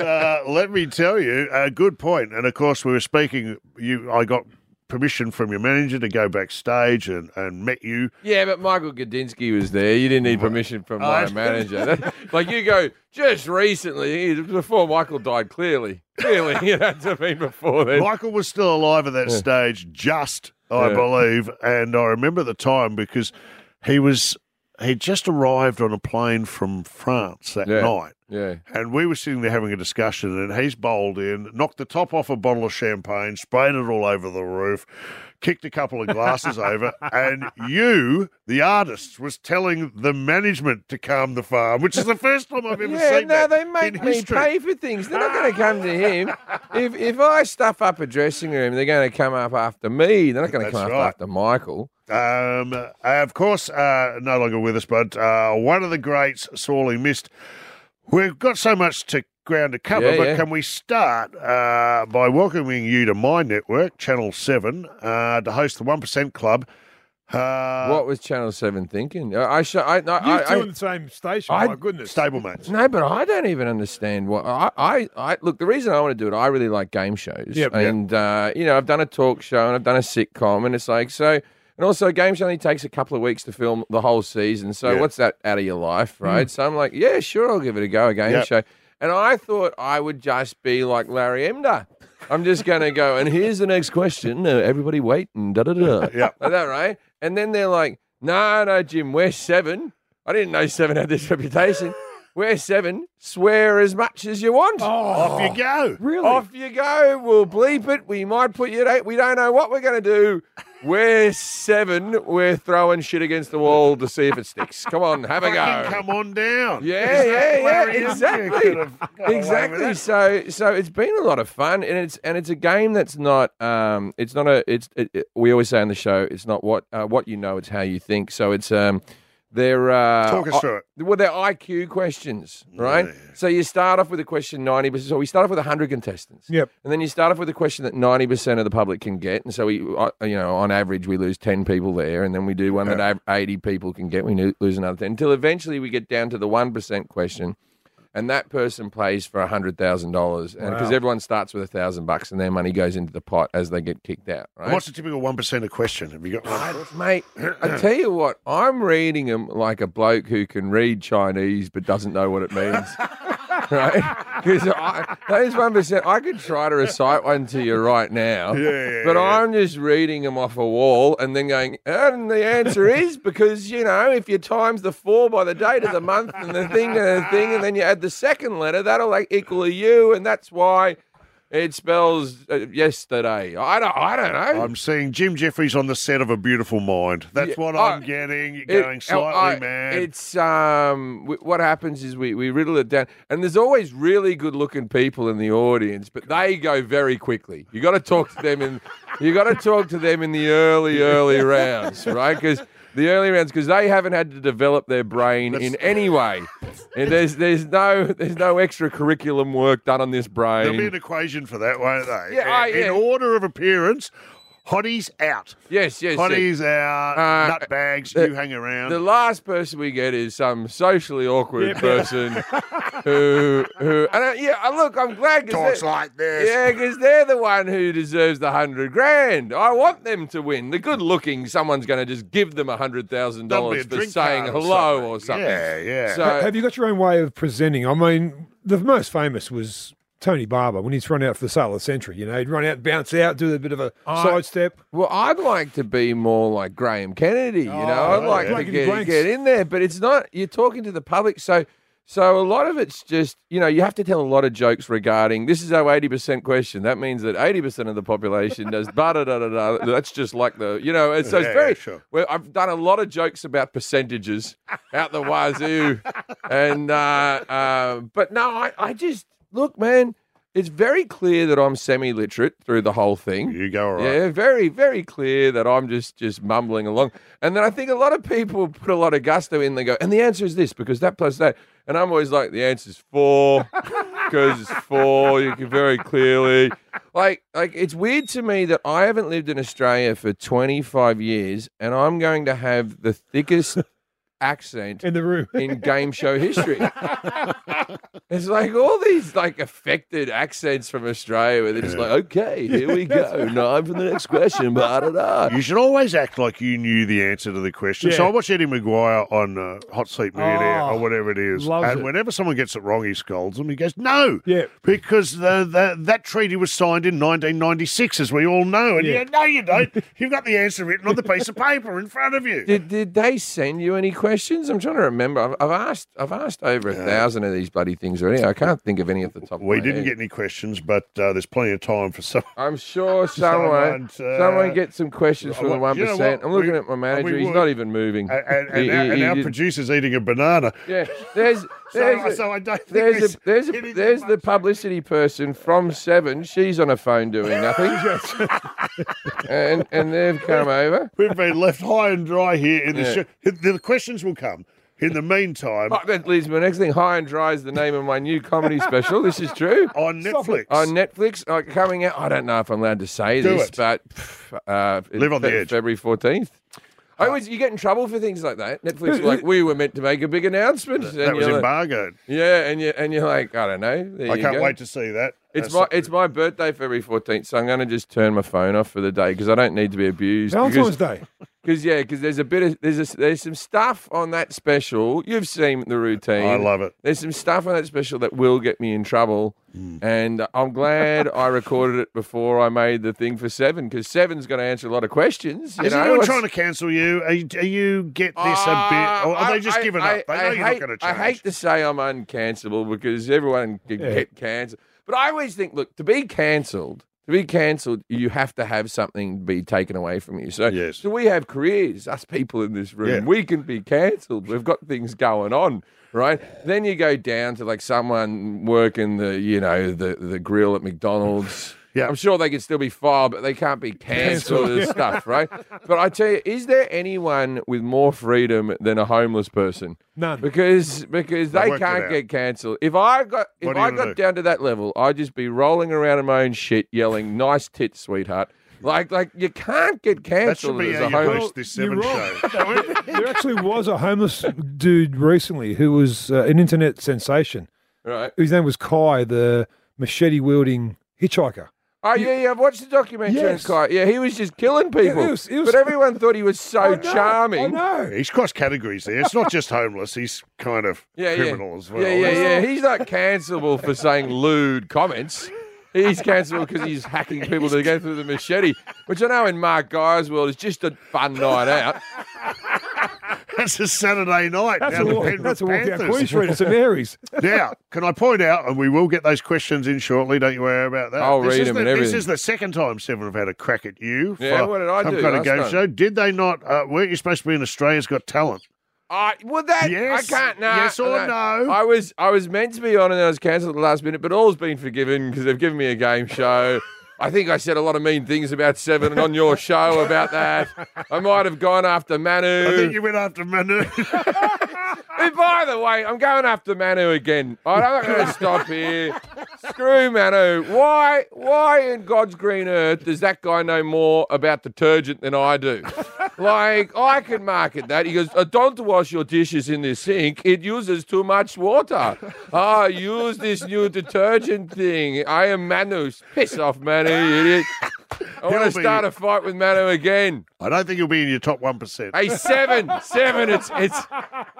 [SPEAKER 3] uh, let me tell you, a good point. And of course, we were speaking. You, I got permission from your manager to go backstage and, and met you.
[SPEAKER 10] Yeah, but Michael Gadinsky was there. You didn't need permission from
[SPEAKER 3] I-
[SPEAKER 10] my manager. That- like you go just recently before Michael died. Clearly, clearly, it had to be before then.
[SPEAKER 3] Michael was still alive at that stage, just I
[SPEAKER 10] Yeah.
[SPEAKER 3] believe, and I remember the time because he was he just arrived on a plane from France that
[SPEAKER 10] Yeah.
[SPEAKER 3] night,
[SPEAKER 10] Yeah.
[SPEAKER 3] and we were sitting there having a discussion, and he's bowled in, knocked the top off a bottle of champagne, sprayed it all over the roof, kicked a couple of glasses over, and you, the artist, was telling the management to calm the farm, which is the first time I've ever
[SPEAKER 10] Yeah,
[SPEAKER 3] seen
[SPEAKER 10] no,
[SPEAKER 3] that
[SPEAKER 10] they
[SPEAKER 3] in
[SPEAKER 10] make me
[SPEAKER 3] history.
[SPEAKER 10] pay for things. They're not going to come to him. If if I stuff up a dressing room, they're going to come up after me. They're not going to
[SPEAKER 3] That's
[SPEAKER 10] come up
[SPEAKER 3] right.
[SPEAKER 10] after Michael.
[SPEAKER 3] Um, uh, of course, uh, no longer with us, but uh, one of the greats, sorely missed. We've got so much to ground to cover,
[SPEAKER 10] Yeah,
[SPEAKER 3] but
[SPEAKER 10] yeah.
[SPEAKER 3] can we start uh, by welcoming you to my network, Channel Seven, uh, to host the One Percent Club? Uh,
[SPEAKER 10] what was Channel Seven thinking? I I, sh- I, no,
[SPEAKER 4] You
[SPEAKER 10] I,
[SPEAKER 4] two
[SPEAKER 10] I
[SPEAKER 4] in the same station.
[SPEAKER 10] I-
[SPEAKER 4] my goodness.
[SPEAKER 3] stablemates?
[SPEAKER 10] no, but I don't even understand what I, I, I look. The reason I want to do it, I really like game shows,
[SPEAKER 4] Yep, yep.
[SPEAKER 10] and Uh, you know, I've done a talk show and I've done a sitcom, and it's like so. And also, a game show only takes a couple of weeks to film the whole season, so
[SPEAKER 3] Yeah.
[SPEAKER 10] what's that out of your life, right? So I'm like, yeah, sure, I'll give it a go, a game
[SPEAKER 3] Yep.
[SPEAKER 10] show. And I thought I would just be like Larry Emder. I'm just going to go, and here's the next question. Uh, everybody wait and da da da.
[SPEAKER 3] Yeah.
[SPEAKER 10] Like that, right? And then they're like, no, no, Jim, we're seven. I didn't know seven had this reputation. We're seven. Swear as much as you want.
[SPEAKER 3] Off you go.
[SPEAKER 4] Really?
[SPEAKER 10] Off you go. We'll bleep it. We might put you at eight. We don't know what we're going to do. We're seven. We're throwing shit against the wall to see if it sticks. Come on, have a
[SPEAKER 3] Fucking
[SPEAKER 10] go.
[SPEAKER 3] come on down.
[SPEAKER 10] Yeah,
[SPEAKER 3] that
[SPEAKER 10] yeah,
[SPEAKER 3] Larry
[SPEAKER 10] yeah,
[SPEAKER 3] Elder
[SPEAKER 10] exactly,
[SPEAKER 3] could have got away with
[SPEAKER 10] exactly.
[SPEAKER 3] that?
[SPEAKER 10] So, so it's been a lot of fun, and it's and it's a game that's not, um, it's not a, it's it, it- we always say on the show, it's not what uh, what you know, it's how you think. So it's um, they're uh,
[SPEAKER 3] Talk us
[SPEAKER 10] I-
[SPEAKER 3] through it.
[SPEAKER 10] Well, they're IQ questions, right? So you start off with a question ninety percent. So we start off with hundred contestants.
[SPEAKER 4] Yep.
[SPEAKER 10] And then you start off with a question that ninety percent of the public can get, and so we, uh, you know, on average we lose ten people there, and then we do one that av- eighty people can get, we lo- lose another ten, until eventually we get down to the one percent question, and that person plays for hundred thousand dollars, and because everyone starts with a thousand bucks, and their money goes into the pot as they get kicked out, right?
[SPEAKER 3] What's the typical one percent question? Have you got one?
[SPEAKER 10] Mate, I tell you what, I'm reading them like a bloke who can read Chinese but doesn't know what it means. right? Because those one percent, I could try to recite one to you right now.
[SPEAKER 3] yeah,
[SPEAKER 10] but
[SPEAKER 3] yeah.
[SPEAKER 10] I'm just reading them off a wall and then going, and the answer is because you know if you times the four by the date of the month and the thing and the thing, and then you add the second letter, that'll like equal a U, and that's why. It spells uh, yesterday. I don't. I don't know.
[SPEAKER 3] I'm seeing Jim Jeffries on the set of A Beautiful Mind. That's
[SPEAKER 10] Yeah,
[SPEAKER 3] what
[SPEAKER 10] I-
[SPEAKER 3] I'm getting. You're
[SPEAKER 10] It- oh,
[SPEAKER 3] going slightly
[SPEAKER 10] I-
[SPEAKER 3] mad.
[SPEAKER 10] It's um, w- what happens is we we riddle it down, and there's always really good looking people in the audience, but they go very quickly. You got to talk to them, and you got to talk to them in the early early rounds, right? Because the early rounds, because they haven't had to develop their brain in any way. And there's there's no there's no extra curriculum work done on this
[SPEAKER 3] There'll be
[SPEAKER 10] brain.
[SPEAKER 3] an equation for that, won't there?
[SPEAKER 10] Yeah, I-
[SPEAKER 3] in, in
[SPEAKER 10] yeah.
[SPEAKER 3] order of appearance, hotties out.
[SPEAKER 10] Yes, yes. yes.
[SPEAKER 3] Hotties out.
[SPEAKER 10] Uh,
[SPEAKER 3] nut bags. you hang around.
[SPEAKER 10] The last person we get is some socially awkward
[SPEAKER 3] Yeah.
[SPEAKER 10] person who who and uh, yeah, uh, look, I'm glad 'cause
[SPEAKER 3] Talks
[SPEAKER 10] they're-
[SPEAKER 3] like this.
[SPEAKER 10] Yeah, because they're the one who deserves the hundred grand. I want them to win. The good looking someone's going to just give them a hundred thousand
[SPEAKER 3] That'll be a
[SPEAKER 10] dollars for
[SPEAKER 3] drink
[SPEAKER 10] saying
[SPEAKER 3] card or
[SPEAKER 10] hello
[SPEAKER 3] something.
[SPEAKER 10] or something.
[SPEAKER 3] Yeah, yeah.
[SPEAKER 10] So
[SPEAKER 4] Ha- have you got your own way of presenting? I mean, the most famous was Tony Barber when he's run out for the sale of the century. You know, he'd run out, bounce out, do a bit of a
[SPEAKER 10] I-
[SPEAKER 4] sidestep.
[SPEAKER 10] Well, I'd like to be more like Graham Kennedy. You know, I'd
[SPEAKER 4] Oh, yeah.
[SPEAKER 10] like to
[SPEAKER 4] Blankety
[SPEAKER 10] get,
[SPEAKER 4] blanks.
[SPEAKER 10] get in there, but it's not. You're talking to the public, so so a lot of it's just you know you have to tell a lot of jokes regarding this is our eighty percent question. That means that eighty percent of the population does da da da da. da. That's just like the you know. And so
[SPEAKER 3] Yeah,
[SPEAKER 10] it's very.
[SPEAKER 3] yeah, sure.
[SPEAKER 10] Well, I've done a lot of jokes about percentages out the wazoo, and uh, uh, but no, I, I just look, man. It's very clear that I'm semi-literate through the whole thing.
[SPEAKER 3] You go all right.
[SPEAKER 10] Yeah, very, very clear that I'm just just mumbling along. And then I think a lot of people put a lot of gusto in. They go, and the answer is this because that plus that. And I'm always like, the answer's four because it's four. You can very clearly, like, like it's weird to me that I haven't lived in Australia for 25 years, and I'm going to have the thickest accent
[SPEAKER 4] in the room
[SPEAKER 10] in game show history. it's like all these like affected accents from Australia where they're just like, okay, here we go. Now I'm for the next question. Blah, da, da.
[SPEAKER 3] You should always act like you knew the answer to the question. So
[SPEAKER 10] Yeah. Ah,
[SPEAKER 3] I watch Eddie Maguire on uh, Hot Seat Millionaire
[SPEAKER 4] Oh,
[SPEAKER 3] or whatever it is,
[SPEAKER 4] loves
[SPEAKER 3] and
[SPEAKER 4] it.
[SPEAKER 3] whenever someone gets it wrong, he scolds them. He goes, "No,
[SPEAKER 4] Yeah.
[SPEAKER 3] because the, the, that treaty was signed in 1996, as we all know." And
[SPEAKER 4] Yeah.
[SPEAKER 3] you go, "No, you don't. You've got the answer written on the piece of paper in front of you."
[SPEAKER 10] Did, did they send you any questions? I'm trying to remember. I've, I've asked I've asked over a thousand of these bloody things already. I can't think of any at the top.
[SPEAKER 3] We
[SPEAKER 10] of my
[SPEAKER 3] didn't
[SPEAKER 10] head.
[SPEAKER 3] get any questions, but uh, there's plenty of time for some.
[SPEAKER 10] I'm sure someone
[SPEAKER 3] Someone's, uh,
[SPEAKER 10] someone get some questions from
[SPEAKER 3] Well,
[SPEAKER 10] the one
[SPEAKER 3] you know
[SPEAKER 10] percent.
[SPEAKER 3] what?
[SPEAKER 10] I'm looking
[SPEAKER 3] We-
[SPEAKER 10] at my manager.
[SPEAKER 3] we
[SPEAKER 10] He's
[SPEAKER 3] would-
[SPEAKER 10] not even moving.
[SPEAKER 3] And, and,
[SPEAKER 10] He-
[SPEAKER 3] and, our,
[SPEAKER 10] he-
[SPEAKER 3] and
[SPEAKER 10] he
[SPEAKER 3] our
[SPEAKER 10] didn't-
[SPEAKER 3] producer's eating a banana.
[SPEAKER 10] Yeah, there's there's
[SPEAKER 3] so,
[SPEAKER 10] a-
[SPEAKER 3] so I don't think
[SPEAKER 10] There's
[SPEAKER 3] this-
[SPEAKER 10] a, there's
[SPEAKER 3] it
[SPEAKER 10] a,
[SPEAKER 3] is
[SPEAKER 10] there's
[SPEAKER 3] much-
[SPEAKER 10] the publicity person from Seven. She's on a phone doing nothing, and and they've come over.
[SPEAKER 3] We've been left high and dry here in the
[SPEAKER 10] Yeah.
[SPEAKER 3] show. The questions will come. In the meantime,
[SPEAKER 10] Oh, that leads me to my next thing. High and Dry is the name of my new comedy special. This is true.
[SPEAKER 3] on Netflix,
[SPEAKER 10] On Netflix, uh, coming out. I don't know if I'm allowed to say
[SPEAKER 3] Do
[SPEAKER 10] this,
[SPEAKER 3] it.
[SPEAKER 10] but pff, uh, it's
[SPEAKER 3] Live on the
[SPEAKER 10] Fe-
[SPEAKER 3] edge. Uh,
[SPEAKER 10] February 14th. I always you get in trouble for things like that. Netflix, were like we were meant to make a big announcement. and
[SPEAKER 3] that was
[SPEAKER 10] you're like-
[SPEAKER 3] embargoed.
[SPEAKER 10] yeah, and you and you're like, I don't know. There
[SPEAKER 3] I
[SPEAKER 10] you
[SPEAKER 3] can't
[SPEAKER 10] go.
[SPEAKER 3] wait to see that.
[SPEAKER 10] It's
[SPEAKER 3] That's
[SPEAKER 10] my it's my birthday February fourteenth, so I'm going to just turn my phone off for the day because I don't need to be abused.
[SPEAKER 4] Valentine's Day.
[SPEAKER 10] because yeah, because there's a bit of there's a, there's some stuff on that special. You've seen the routine.
[SPEAKER 3] I love it.
[SPEAKER 10] There's some stuff on that special that will get me in trouble,
[SPEAKER 3] Mm.
[SPEAKER 10] and I'm glad I recorded it before I made the thing for seven because seven's going to answer a lot of questions. You
[SPEAKER 3] Is
[SPEAKER 10] know?
[SPEAKER 3] anyone
[SPEAKER 10] What's-
[SPEAKER 3] trying to cancel you? Are you, are you get this a bit? Or
[SPEAKER 10] Uh,
[SPEAKER 3] are they just
[SPEAKER 10] I-
[SPEAKER 3] giving
[SPEAKER 10] I-
[SPEAKER 3] up? They know
[SPEAKER 10] I
[SPEAKER 3] you're
[SPEAKER 10] hate-
[SPEAKER 3] not going to
[SPEAKER 10] I
[SPEAKER 3] change.
[SPEAKER 10] hate to say I'm uncancelable because everyone can
[SPEAKER 4] Yeah.
[SPEAKER 10] get cancelled. But I always think, look, to be cancelled, to be cancelled, you have to have something be taken away from you. So,
[SPEAKER 3] Yes.
[SPEAKER 10] so we have careers, us people in this room.
[SPEAKER 3] Yeah.
[SPEAKER 10] We can be cancelled. We've got things going on, right? Then you go down to like someone working the, you know, the the grill at McDonald's.
[SPEAKER 3] Yeah.
[SPEAKER 10] I'm sure they could still be fired, but they can't be cancelled and stuff, right? But I tell you, is there anyone with more freedom than a homeless person?
[SPEAKER 4] None.
[SPEAKER 10] Because because
[SPEAKER 3] They
[SPEAKER 10] they
[SPEAKER 3] worked it out.
[SPEAKER 10] can't get cancelled. If I got
[SPEAKER 3] What
[SPEAKER 10] if
[SPEAKER 3] are you
[SPEAKER 10] I
[SPEAKER 3] gonna
[SPEAKER 10] got
[SPEAKER 3] do?
[SPEAKER 10] down to that level, I'd just be rolling around in my own shit, yelling "nice tits, sweetheart." Like like you can't get
[SPEAKER 3] that should
[SPEAKER 10] cancelled
[SPEAKER 3] be
[SPEAKER 10] as
[SPEAKER 3] how
[SPEAKER 10] a
[SPEAKER 3] you
[SPEAKER 10] homeless.
[SPEAKER 3] host this
[SPEAKER 4] You're
[SPEAKER 3] seven
[SPEAKER 4] wrong.
[SPEAKER 3] show.
[SPEAKER 4] there actually was a homeless dude recently who was uh, an internet sensation.
[SPEAKER 10] Right?
[SPEAKER 4] His name was Kai, the machete wielding hitchhiker.
[SPEAKER 10] Oh yeah, yeah. I've watched the documentary
[SPEAKER 4] Yes.
[SPEAKER 10] on Kai. Yeah, he was just killing people.
[SPEAKER 4] it was- it was-
[SPEAKER 10] But everyone thought he was so
[SPEAKER 3] Oh,
[SPEAKER 4] I know,
[SPEAKER 10] charming.
[SPEAKER 4] I know.
[SPEAKER 3] He's cross categories there. It's not just homeless. He's kind of
[SPEAKER 10] yeah,
[SPEAKER 3] criminal
[SPEAKER 10] yeah.
[SPEAKER 3] as well.
[SPEAKER 10] Yeah,
[SPEAKER 3] That's-
[SPEAKER 10] yeah, yeah. He's not cancelable for saying lewd comments. He's cancelable because he's hacking people to go through the machete, which I know in Mark Guy's world is just a fun night out.
[SPEAKER 3] That's a Saturday night.
[SPEAKER 4] That's
[SPEAKER 3] down
[SPEAKER 4] a
[SPEAKER 3] the
[SPEAKER 4] walk,
[SPEAKER 3] Penrith
[SPEAKER 4] that's a walk down
[SPEAKER 3] Panthers.
[SPEAKER 4] Queen Street at St Mary's.
[SPEAKER 3] Now, can I point out, and we will get those questions in shortly, don't you worry about that.
[SPEAKER 10] I'll
[SPEAKER 3] this
[SPEAKER 10] read
[SPEAKER 3] is
[SPEAKER 10] them
[SPEAKER 3] the,
[SPEAKER 10] and
[SPEAKER 3] This
[SPEAKER 10] everything.
[SPEAKER 3] is the second time Seven have had a crack at you.
[SPEAKER 10] Yeah,
[SPEAKER 3] for
[SPEAKER 10] what did I
[SPEAKER 3] some
[SPEAKER 10] do
[SPEAKER 3] kind
[SPEAKER 10] last
[SPEAKER 3] of game
[SPEAKER 10] time?
[SPEAKER 3] show. Did they not, uh, weren't you supposed to be in Australia's Got Talent?
[SPEAKER 10] I well that
[SPEAKER 3] Yes,
[SPEAKER 10] I can't now.
[SPEAKER 3] yes or no?
[SPEAKER 10] I was I was meant to be on and I was cancelled at the last minute, but all's been forgiven because they've given me a game show. I think I said a lot of mean things about Seven and on your show about that. I might have gone after Manu.
[SPEAKER 3] I think you went after Manu.
[SPEAKER 10] And by the way, I'm going after Manu again. I'm not going to stop here. Screw Manu. Why? Why in God's green earth does that guy know more about detergent than I do? Like I can market that. He goes, "Uh, "Don't wash your dishes in the sink. It uses too much water. Ah, use this new detergent thing. I am Manu. Piss off, Manu, you idiot." I want
[SPEAKER 3] He'll
[SPEAKER 10] to
[SPEAKER 3] be-
[SPEAKER 10] start a fight with Manu again.
[SPEAKER 3] I don't think he'll be in your top one percent.
[SPEAKER 10] Hey, seven, seven, it's it's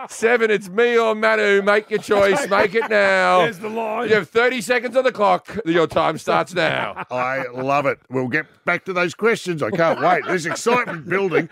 [SPEAKER 10] seven, it's me or Manu. Make your choice. Make it now.
[SPEAKER 3] There's the line.
[SPEAKER 10] You have 30 seconds on the clock. Your time starts now.
[SPEAKER 3] I love it. We'll get back to those questions. I can't wait. There's excitement building.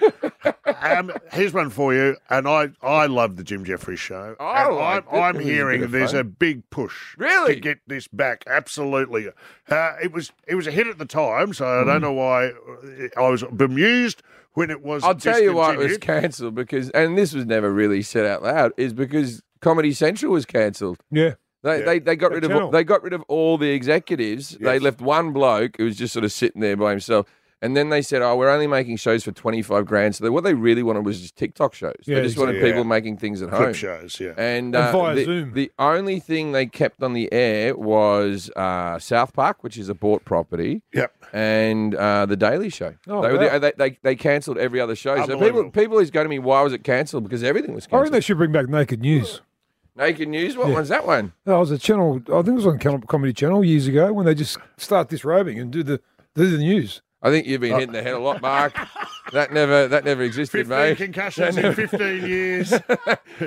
[SPEAKER 3] Um, here's one for you, and I, I love the Jim Jeffries show.
[SPEAKER 10] I
[SPEAKER 3] And
[SPEAKER 10] like it.
[SPEAKER 3] I'm,
[SPEAKER 10] This is
[SPEAKER 3] I'm
[SPEAKER 10] a bit
[SPEAKER 3] hearing
[SPEAKER 10] of
[SPEAKER 3] there's
[SPEAKER 10] fun.
[SPEAKER 3] a big push
[SPEAKER 10] Really?
[SPEAKER 3] to get this back. Absolutely. Uh, it was it was a hit at the time, so I
[SPEAKER 10] Mm.
[SPEAKER 3] don't know why uh, I was bemused when it was.
[SPEAKER 10] I'll tell you why it was
[SPEAKER 3] discontinued.
[SPEAKER 10] cancelled because, and this was never really said out loud, is because Comedy Central was cancelled.
[SPEAKER 4] Yeah.
[SPEAKER 10] They,
[SPEAKER 4] Yeah.
[SPEAKER 10] they, they got
[SPEAKER 4] The
[SPEAKER 10] rid
[SPEAKER 4] channel.
[SPEAKER 10] of they got rid of all the executives. They
[SPEAKER 4] Yes.
[SPEAKER 10] left one bloke who was just sort of sitting there by himself. And then they said, "Oh, we're only making shows for twenty five grand." So they, what they really wanted was just TikTok shows.
[SPEAKER 4] Yeah,
[SPEAKER 10] they just
[SPEAKER 4] yeah.
[SPEAKER 10] wanted people making things at
[SPEAKER 3] Clip
[SPEAKER 10] home.
[SPEAKER 3] shows, yeah.
[SPEAKER 10] And,
[SPEAKER 4] And
[SPEAKER 10] uh,
[SPEAKER 4] via
[SPEAKER 10] the,
[SPEAKER 4] Zoom.
[SPEAKER 10] the only thing they kept on the air was uh, South Park, which is a bought property.
[SPEAKER 3] Yep.
[SPEAKER 10] And uh, the Daily Show.
[SPEAKER 4] Oh,
[SPEAKER 10] they, were the- uh,
[SPEAKER 4] wow.
[SPEAKER 10] they, they they cancelled every other show. So people
[SPEAKER 3] Unbelievable.
[SPEAKER 10] people always go to me, "Why was it cancelled?" Because everything was
[SPEAKER 4] I reckon
[SPEAKER 10] cancelled.
[SPEAKER 4] they should bring back Naked News.
[SPEAKER 10] Naked News. What
[SPEAKER 4] Yeah.
[SPEAKER 10] one's that one?
[SPEAKER 4] That was a channel. I think it was on Cal- Comedy Channel years ago when they just start disrobing and do the do the news.
[SPEAKER 10] I think you've been
[SPEAKER 3] Uh,
[SPEAKER 10] hitting the head a lot, Mark. that never that never existed,
[SPEAKER 3] 15
[SPEAKER 10] mate.
[SPEAKER 3] concussions in 15 years.
[SPEAKER 10] Yeah,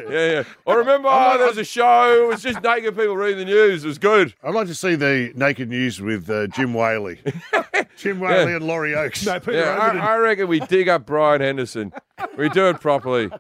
[SPEAKER 10] yeah. I remember oh, there was a show. It was just naked people reading the news. It was good.
[SPEAKER 3] I'd like to see the naked news with uh, Jim Whaley. Jim Whaley and Laurie Oakes.
[SPEAKER 4] No, Peter
[SPEAKER 10] Yeah,
[SPEAKER 4] Overton.
[SPEAKER 10] I, I reckon we dig up Brian Henderson. We do it properly.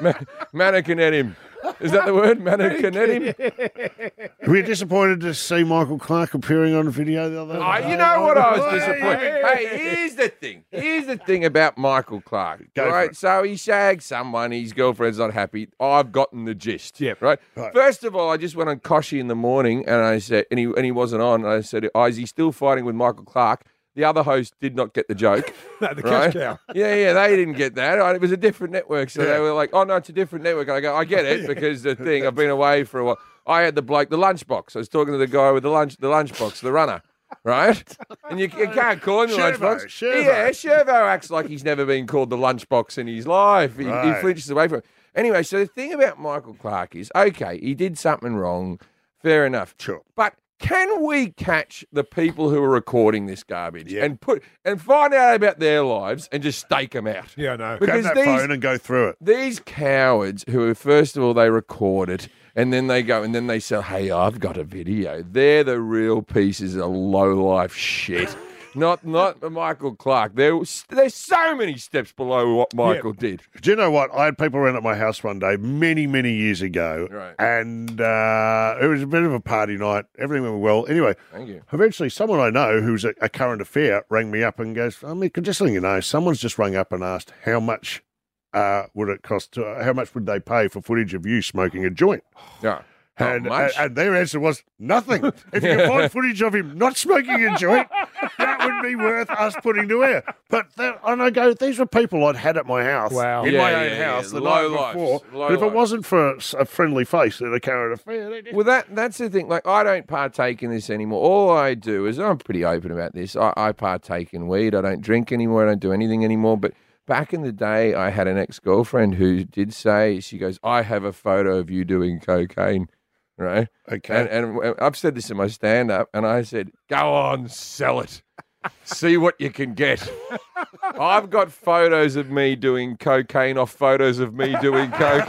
[SPEAKER 10] Ma- mannequin at him. Is that the word? Mannequin at him.
[SPEAKER 3] Were you disappointed to see Michael Clark appearing on video the other day?
[SPEAKER 10] I, Ah, you know what? I was disappointed.
[SPEAKER 3] Hey,
[SPEAKER 10] Hey, here's the thing. Here's the thing about Michael Clark.
[SPEAKER 3] Go for
[SPEAKER 10] right.
[SPEAKER 3] it.
[SPEAKER 10] So he shagged someone. His girlfriend's not happy. I've gotten the gist.
[SPEAKER 4] Yep.
[SPEAKER 10] Right?
[SPEAKER 3] Right.
[SPEAKER 10] First of all, I just went on Koshy in the morning, and I said, and he and he wasn't on. And I said, oh, is he still fighting with Michael Clark? The other host did not get the joke.
[SPEAKER 4] No, the
[SPEAKER 10] right?
[SPEAKER 4] cash cow.
[SPEAKER 10] Yeah, yeah, they didn't get that. Right, It was a different network, so
[SPEAKER 3] Yeah.
[SPEAKER 10] they were like, "Oh no, it's a different network." And I go, "I get it because the thing I've been away for a while." I had the bloke, the lunchbox. I was talking to the guy with the lunch, the lunchbox, the runner, right? And you, you can't call him the
[SPEAKER 3] Shervo,
[SPEAKER 10] lunchbox.
[SPEAKER 3] Shervo.
[SPEAKER 10] Yeah, Shervo acts like he's never been called the lunchbox in his life. He, he
[SPEAKER 3] Right.
[SPEAKER 10] flinches away from it. Anyway, so the thing about Michael Clark is, okay, he did something wrong. Fair enough.
[SPEAKER 3] Sure.
[SPEAKER 10] But can we catch the people who are recording this garbage and put and find out about their lives and just stake them out?
[SPEAKER 4] Yeah, I know.
[SPEAKER 3] Grab
[SPEAKER 10] Because
[SPEAKER 3] that
[SPEAKER 10] these
[SPEAKER 3] phone and go through it.
[SPEAKER 10] these cowards who are first of all they record it and then they go and then they say, "Hey, I've got a video." They're the real pieces of low life shit. Not not Michael Clark. There, was- there's so many steps below what Michael did.
[SPEAKER 3] Do you know what? I had people around at my house one day, many, many years ago,
[SPEAKER 10] Right.
[SPEAKER 3] and uh, it was a bit of a party night. Everything went well. Anyway,
[SPEAKER 10] Thank you.
[SPEAKER 3] Eventually, someone I know who's a, a current affair rang me up and goes, "I mean, just letting you know, someone's just rung up and asked how much uh, would it cost? To, how much would they pay for footage of you smoking a joint?"
[SPEAKER 10] Yeah. Not
[SPEAKER 3] And, uh,
[SPEAKER 10] much.
[SPEAKER 3] and their answer was nothing. If you can find footage of him not smoking a joint, that would be worth us putting to air. But that, and I go, these were people I'd had at my house,
[SPEAKER 4] Wow.
[SPEAKER 3] in
[SPEAKER 10] Yeah,
[SPEAKER 3] my
[SPEAKER 10] yeah,
[SPEAKER 3] own
[SPEAKER 10] yeah,
[SPEAKER 3] house the
[SPEAKER 10] low
[SPEAKER 3] night
[SPEAKER 10] lives,
[SPEAKER 3] before.
[SPEAKER 10] low
[SPEAKER 3] but if it
[SPEAKER 10] lives.
[SPEAKER 3] wasn't for s- a friendly face at a current affair, they didn't.
[SPEAKER 10] Well, that that's the thing. Like, I don't partake in this anymore. All I do is I'm pretty open about this. I, I partake in weed. I don't drink anymore. I don't do anything anymore. But back in the day, I had an ex girlfriend who did say she goes, "I have a photo of you doing cocaine." Right.
[SPEAKER 3] Okay.
[SPEAKER 10] And, and and I've said this in my stand up, and I said, "Go on, sell it." See what you can get. I've got photos of me doing cocaine off photos of me doing cocaine.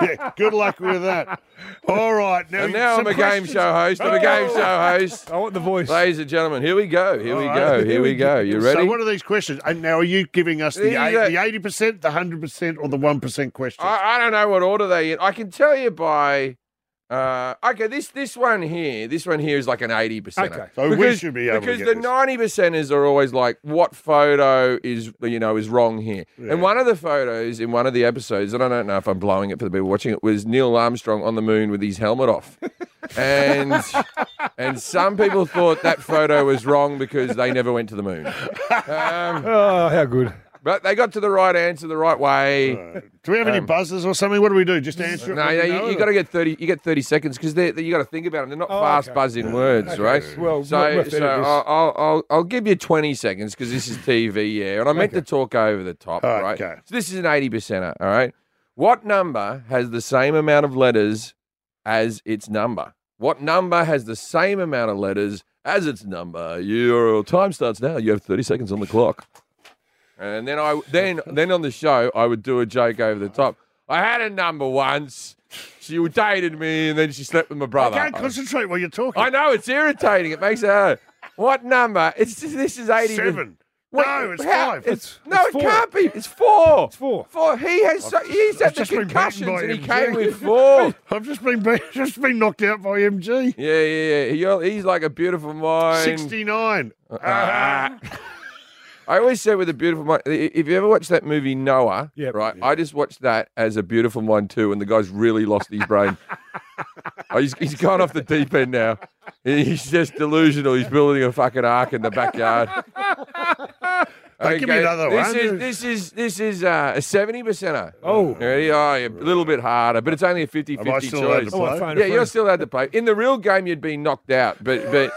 [SPEAKER 3] yeah, good luck with that. All right, now,
[SPEAKER 10] And now I'm
[SPEAKER 3] some
[SPEAKER 10] a game
[SPEAKER 3] questions.
[SPEAKER 10] show host. I'm a game show host.
[SPEAKER 4] I want the voice.
[SPEAKER 10] Ladies and gentlemen, here we go. Here we
[SPEAKER 3] All
[SPEAKER 10] go.
[SPEAKER 3] right.
[SPEAKER 10] Here we go. You
[SPEAKER 3] So,
[SPEAKER 10] ready?
[SPEAKER 3] what are these questions? And now, are you giving us the
[SPEAKER 10] These are-
[SPEAKER 3] eight- the eighty percent, the hundred percent, or the one percent question?
[SPEAKER 10] I, I don't know what order they in. I can tell you by. Uh, okay, this this one here, this one here is like an eighty percent.
[SPEAKER 4] Okay.
[SPEAKER 3] So we should be able to
[SPEAKER 10] because
[SPEAKER 3] get
[SPEAKER 10] the
[SPEAKER 3] this.
[SPEAKER 10] ninety percenters are always like, "What photo is you know is wrong here?" And one of the photos in one of the episodes, and I don't know if I'm blowing it for the people watching it, was Neil Armstrong on the moon with his helmet off, and And some people thought that photo was wrong because they never went to the moon. Um,
[SPEAKER 4] oh, how good.
[SPEAKER 10] But they got to the right answer the right way.
[SPEAKER 3] Uh, do we have any buzzers or something? What do we do? Just answer it
[SPEAKER 10] Um, No,
[SPEAKER 3] when
[SPEAKER 10] no
[SPEAKER 3] we
[SPEAKER 10] you,
[SPEAKER 3] know
[SPEAKER 10] you
[SPEAKER 3] it?
[SPEAKER 10] got to get thirty. You get thirty seconds because they you got to think about them. They're not
[SPEAKER 3] Oh,
[SPEAKER 10] fast
[SPEAKER 3] okay.
[SPEAKER 10] buzzing words, right?
[SPEAKER 4] Well, not
[SPEAKER 10] so
[SPEAKER 4] worth
[SPEAKER 10] so
[SPEAKER 4] any of this.
[SPEAKER 10] I'll, I'll I'll I'll give you twenty seconds because this is TV, yeah. And I meant to talk over the top, right? So this is an eighty percenter. All right. What number has the same amount of letters as its number? What number has the same amount of letters as its number? Your time starts now. You have thirty seconds on the clock. And then I then then on the show I would do a joke over the top. I had a number once. She dated me and then she slept with my brother.
[SPEAKER 3] I can't concentrate while you're talking.
[SPEAKER 10] I know it's irritating. It makes it hard. What number? It's this is eighty.
[SPEAKER 3] Seven.
[SPEAKER 10] Wait,
[SPEAKER 3] No, it's
[SPEAKER 10] how-
[SPEAKER 3] five.
[SPEAKER 10] It's, no, it can't be. It's four. It's
[SPEAKER 4] four.
[SPEAKER 10] Four. He has. So, he's had
[SPEAKER 3] I've
[SPEAKER 10] the
[SPEAKER 3] just been beaten
[SPEAKER 10] concussions
[SPEAKER 3] by
[SPEAKER 10] and he
[SPEAKER 3] MG.
[SPEAKER 10] came with four.
[SPEAKER 3] I've just been beat, just been knocked out by MG.
[SPEAKER 10] Yeah, yeah, yeah. You're- he's like a beautiful mind.
[SPEAKER 3] Sixty nine.
[SPEAKER 10] Uh, I always say with a beautiful mind. i- If you ever watch that movie Noah, right? I just watched that as a beautiful mind too, and the guy's really lost his brain. oh, he's, he's gone off the deep end now. He's just delusional. He's building a fucking ark in the backyard.
[SPEAKER 3] Hey, give me another
[SPEAKER 10] this
[SPEAKER 3] one.
[SPEAKER 10] Is, this is this is uh, a seventy percenter. Oh, ready? Oh, yeah, a little bit harder, but it's only a 50-50
[SPEAKER 3] Am I
[SPEAKER 10] choice.
[SPEAKER 3] still allowed to play?
[SPEAKER 10] Yeah, you're still allowed to play. In the real game, you'd be knocked out, but but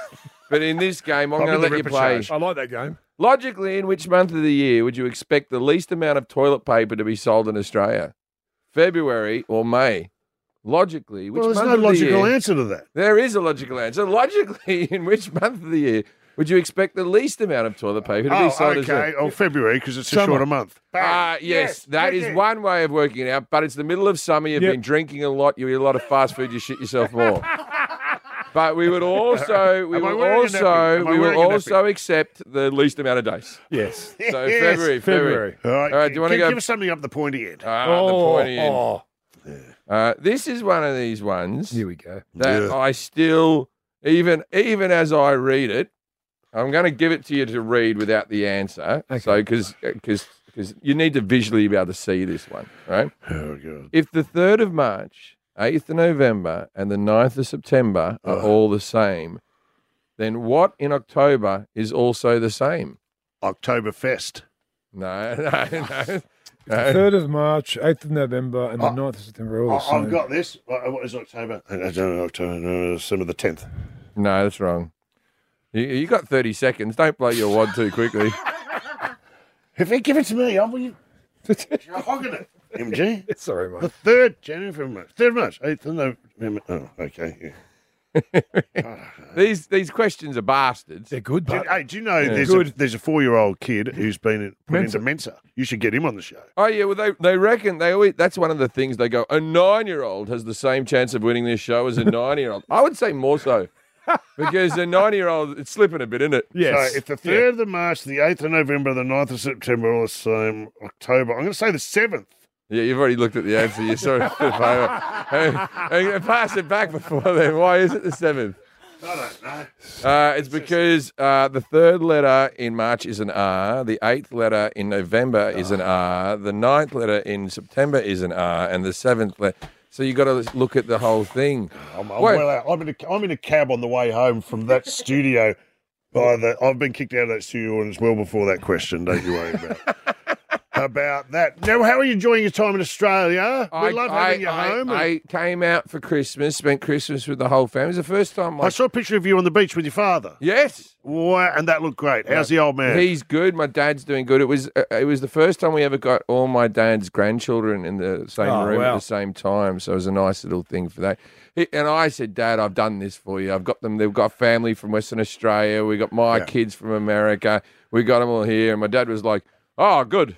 [SPEAKER 10] but in this game, I'm
[SPEAKER 4] I'm
[SPEAKER 10] going to
[SPEAKER 4] in the
[SPEAKER 10] let you play.
[SPEAKER 4] repertoire. I like that game.
[SPEAKER 10] Logically, in which month of the year would you expect the least amount of toilet paper to be sold in Australia? February or May? Logically, which
[SPEAKER 3] Well, there's
[SPEAKER 10] month
[SPEAKER 3] no
[SPEAKER 10] of the
[SPEAKER 3] logical
[SPEAKER 10] year-
[SPEAKER 3] answer to that.
[SPEAKER 10] There is a logical answer. Logically, in which month of the year would you expect the least amount of toilet paper to be
[SPEAKER 3] Oh,
[SPEAKER 10] sold? in
[SPEAKER 3] okay.
[SPEAKER 10] Australia?
[SPEAKER 3] Oh, February because it's a
[SPEAKER 10] Summer.
[SPEAKER 3] shorter month.
[SPEAKER 10] Ah, yes, that is one way of working it out. But it's the middle of summer. You've been drinking a lot. You eat a lot of fast food. You shit yourself more. but we would also, we
[SPEAKER 3] Am I
[SPEAKER 10] would
[SPEAKER 3] wearing a nappy?
[SPEAKER 10] also,
[SPEAKER 3] Am I
[SPEAKER 10] we would
[SPEAKER 3] wearing a nappy?
[SPEAKER 10] also accept the least amount of days.
[SPEAKER 4] Yes.
[SPEAKER 10] So
[SPEAKER 3] Yes,
[SPEAKER 10] February, February.
[SPEAKER 3] All right.
[SPEAKER 10] All right. Do you want to
[SPEAKER 3] give,
[SPEAKER 10] go?
[SPEAKER 3] give something up the pointy end?
[SPEAKER 10] Ah, the pointy end. Uh, this is one of these ones. oh. Here we
[SPEAKER 4] go.
[SPEAKER 10] That
[SPEAKER 4] Yeah.
[SPEAKER 10] I still, even even as I read it, I'm going to give it to you to read without the answer. So because because because you need to visually be able to see this one, right?
[SPEAKER 3] Oh god.
[SPEAKER 10] If the 3rd of March, 8th of November, and the 9th of September are all the same, then what in October is also the same?
[SPEAKER 3] Oktoberfest.
[SPEAKER 10] No, no, no. no.
[SPEAKER 4] Third of March, eighth of November, and the 9th of September. All the
[SPEAKER 3] I-
[SPEAKER 4] same.
[SPEAKER 3] I've got this. Uh, What is October? I don't know, October, no, December the 10th.
[SPEAKER 10] No, that's wrong. You, you got 30 seconds. Don't blow your wad too quickly.
[SPEAKER 3] If they give it to me, I'm you. You're hogging it. MG?
[SPEAKER 4] Sorry,
[SPEAKER 3] The
[SPEAKER 4] mate.
[SPEAKER 3] third January, February, March, third March, eighth of November. Oh, okay.
[SPEAKER 10] these these questions are bastards.
[SPEAKER 4] They're good,
[SPEAKER 3] but hey, do you know
[SPEAKER 10] Yeah.
[SPEAKER 3] there's
[SPEAKER 10] Good.
[SPEAKER 3] a, there's a four year old kid who's been in, put
[SPEAKER 10] Mensa.
[SPEAKER 3] into Mensa. You should get him on the show.
[SPEAKER 10] Oh yeah, well they they reckon they always that's one of the things they go. A nine year old has the same chance of winning this show as a nine year old. I would say more so because a nine year old it's slipping a bit, isn't it?
[SPEAKER 3] So if the third of the March, the eighth of November, the 9th of September, all the same October. I'm going to say the seventh.
[SPEAKER 10] Yeah, you've already looked at the answer. You saw it. flip over. and, and pass it back before then. Why is it the seventh?
[SPEAKER 3] I don't know.
[SPEAKER 10] Uh, it's because uh, the third letter in March is an R, the eighth letter in November is an
[SPEAKER 3] Ah.
[SPEAKER 10] R, the ninth letter in September is an R, and the seventh letter. So you got to look at the whole thing.
[SPEAKER 3] I'm, I'm
[SPEAKER 10] Wait.
[SPEAKER 3] well out. I'm in, a, I'm in a cab on the way home from that studio. By the, I've been kicked out of that studio, and it's well before that question. Don't you worry about about that. Now, how are you enjoying your time in Australia? We
[SPEAKER 10] I-
[SPEAKER 3] love
[SPEAKER 10] I-
[SPEAKER 3] having you
[SPEAKER 10] I-
[SPEAKER 3] home. and-
[SPEAKER 10] I came out for Christmas, spent Christmas with the whole family. It was the first time.
[SPEAKER 3] I
[SPEAKER 10] Like,
[SPEAKER 3] saw a picture of you on the beach with your father.
[SPEAKER 10] yes.
[SPEAKER 3] Wow, and that looked great. How's the old man?
[SPEAKER 10] He's good. My dad's doing good. It was uh, it was the first time we ever got all my dad's grandchildren in the same
[SPEAKER 4] Oh,
[SPEAKER 10] room at
[SPEAKER 4] wow.
[SPEAKER 10] the same time. So it was a nice little thing for that. He- and I said, Dad, I've done this for you. I've got them. They've got family from Western Australia. We got my kids from America. We got them all here. And my dad was like, Oh, good.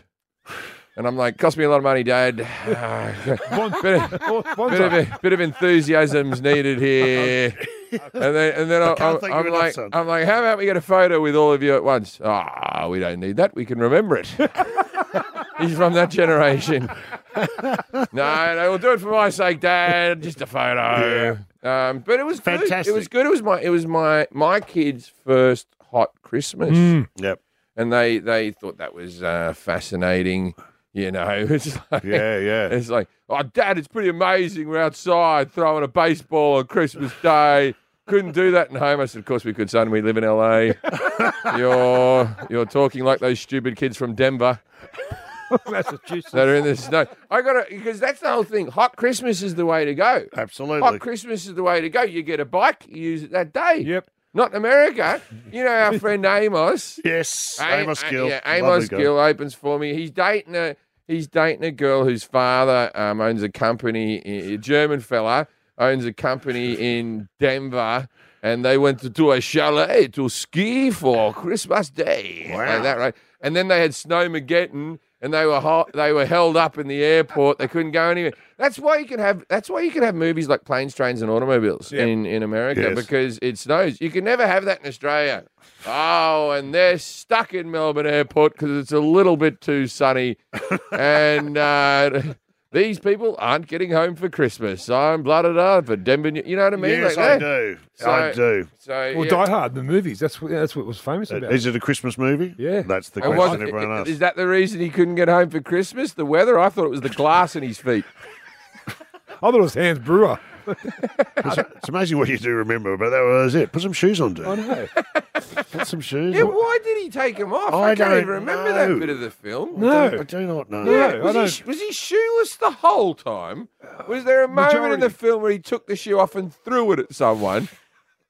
[SPEAKER 10] And I'm like, cost me a lot of money, Dad. bit, of, bit, of, bit of enthusiasm's needed here. And then, and then I,
[SPEAKER 3] can't
[SPEAKER 10] am
[SPEAKER 3] thank you enough,
[SPEAKER 10] like,
[SPEAKER 3] son.
[SPEAKER 10] I'm like, how about we get a photo with all of you at once? Ah, we don't need that. We can remember it. He's from that generation. no, no, we'll do it for my sake, Dad. Just a photo. Um, but it was Good.
[SPEAKER 3] Fantastic.
[SPEAKER 10] It was good. It was my it was my my kids' first hot Christmas.
[SPEAKER 4] Mm.
[SPEAKER 3] Yep.
[SPEAKER 10] And they they thought that was uh, fascinating. You know, it's like,
[SPEAKER 3] Yeah, yeah.
[SPEAKER 10] It's like, oh, Dad, it's pretty amazing. We're outside throwing a baseball on Christmas Day. Couldn't do that in home. I said, of course we could, son. We live in LA. you're you're talking like those stupid kids from Denver
[SPEAKER 4] Massachusetts.
[SPEAKER 10] that are in the snow. I got to because that's the whole thing. Hot Christmas is the way to go.
[SPEAKER 3] Absolutely.
[SPEAKER 10] Hot Christmas is the way to go. You get a bike, you use it that day.
[SPEAKER 4] Yep.
[SPEAKER 10] Not in America. You know our friend Amos.
[SPEAKER 3] Yes,
[SPEAKER 10] A-
[SPEAKER 3] Amos
[SPEAKER 10] A-
[SPEAKER 3] Gill.
[SPEAKER 10] Yeah,
[SPEAKER 3] Lovely
[SPEAKER 10] Amos
[SPEAKER 3] guy.
[SPEAKER 10] Gill opens for me. He's dating a he's dating a girl whose father um, owns a company. i- A German fella owns a company in Denver, and they went to, to a chalet to ski for Christmas Day. Like that, right? And then they had snowmageddon. And they were hot, they were held up in the airport. They couldn't go anywhere. That's why you can have. That's why you can have movies like planes, trains, and automobiles in, in America
[SPEAKER 3] Yes.
[SPEAKER 10] because it snows. You can never have that in Australia. Oh, and they're stuck in Melbourne Airport because it's a little bit too sunny. and uh, these people aren't getting home for Christmas. I'm blooded up for Denver. New- You know what I mean?
[SPEAKER 3] Yes,
[SPEAKER 10] Like
[SPEAKER 3] I
[SPEAKER 10] that.
[SPEAKER 3] do.
[SPEAKER 10] So-
[SPEAKER 3] I do.
[SPEAKER 10] So,
[SPEAKER 4] Well,
[SPEAKER 10] yeah.
[SPEAKER 4] Die Hard, the movies. That's what that's what it was famous
[SPEAKER 3] Uh,
[SPEAKER 4] about.
[SPEAKER 3] Is it a Christmas movie?
[SPEAKER 4] Yeah. Oh,
[SPEAKER 3] That's the
[SPEAKER 10] It
[SPEAKER 3] question
[SPEAKER 10] wasn't-
[SPEAKER 3] everyone asks.
[SPEAKER 10] is that the reason he couldn't get home for Christmas? The weather? I thought it was the glass in his feet.
[SPEAKER 4] I thought it was Hans Brewer.
[SPEAKER 3] It's, it's amazing what you do remember, but that was it. Put some shoes on, dude.
[SPEAKER 4] I know.
[SPEAKER 3] Put some shoes
[SPEAKER 10] Yeah,
[SPEAKER 3] on.
[SPEAKER 10] why did he take him off?
[SPEAKER 3] I
[SPEAKER 10] I, can't
[SPEAKER 3] don't
[SPEAKER 10] even remember
[SPEAKER 3] know.
[SPEAKER 10] that bit of the film.
[SPEAKER 3] I
[SPEAKER 4] No.
[SPEAKER 3] don't- I do not know.
[SPEAKER 10] Yeah,
[SPEAKER 4] No, I
[SPEAKER 10] was, he,
[SPEAKER 4] don't-
[SPEAKER 10] sh- was he shoeless the whole time? Was there a moment in
[SPEAKER 4] Majority.
[SPEAKER 10] the film where he took the shoe off and threw it at someone?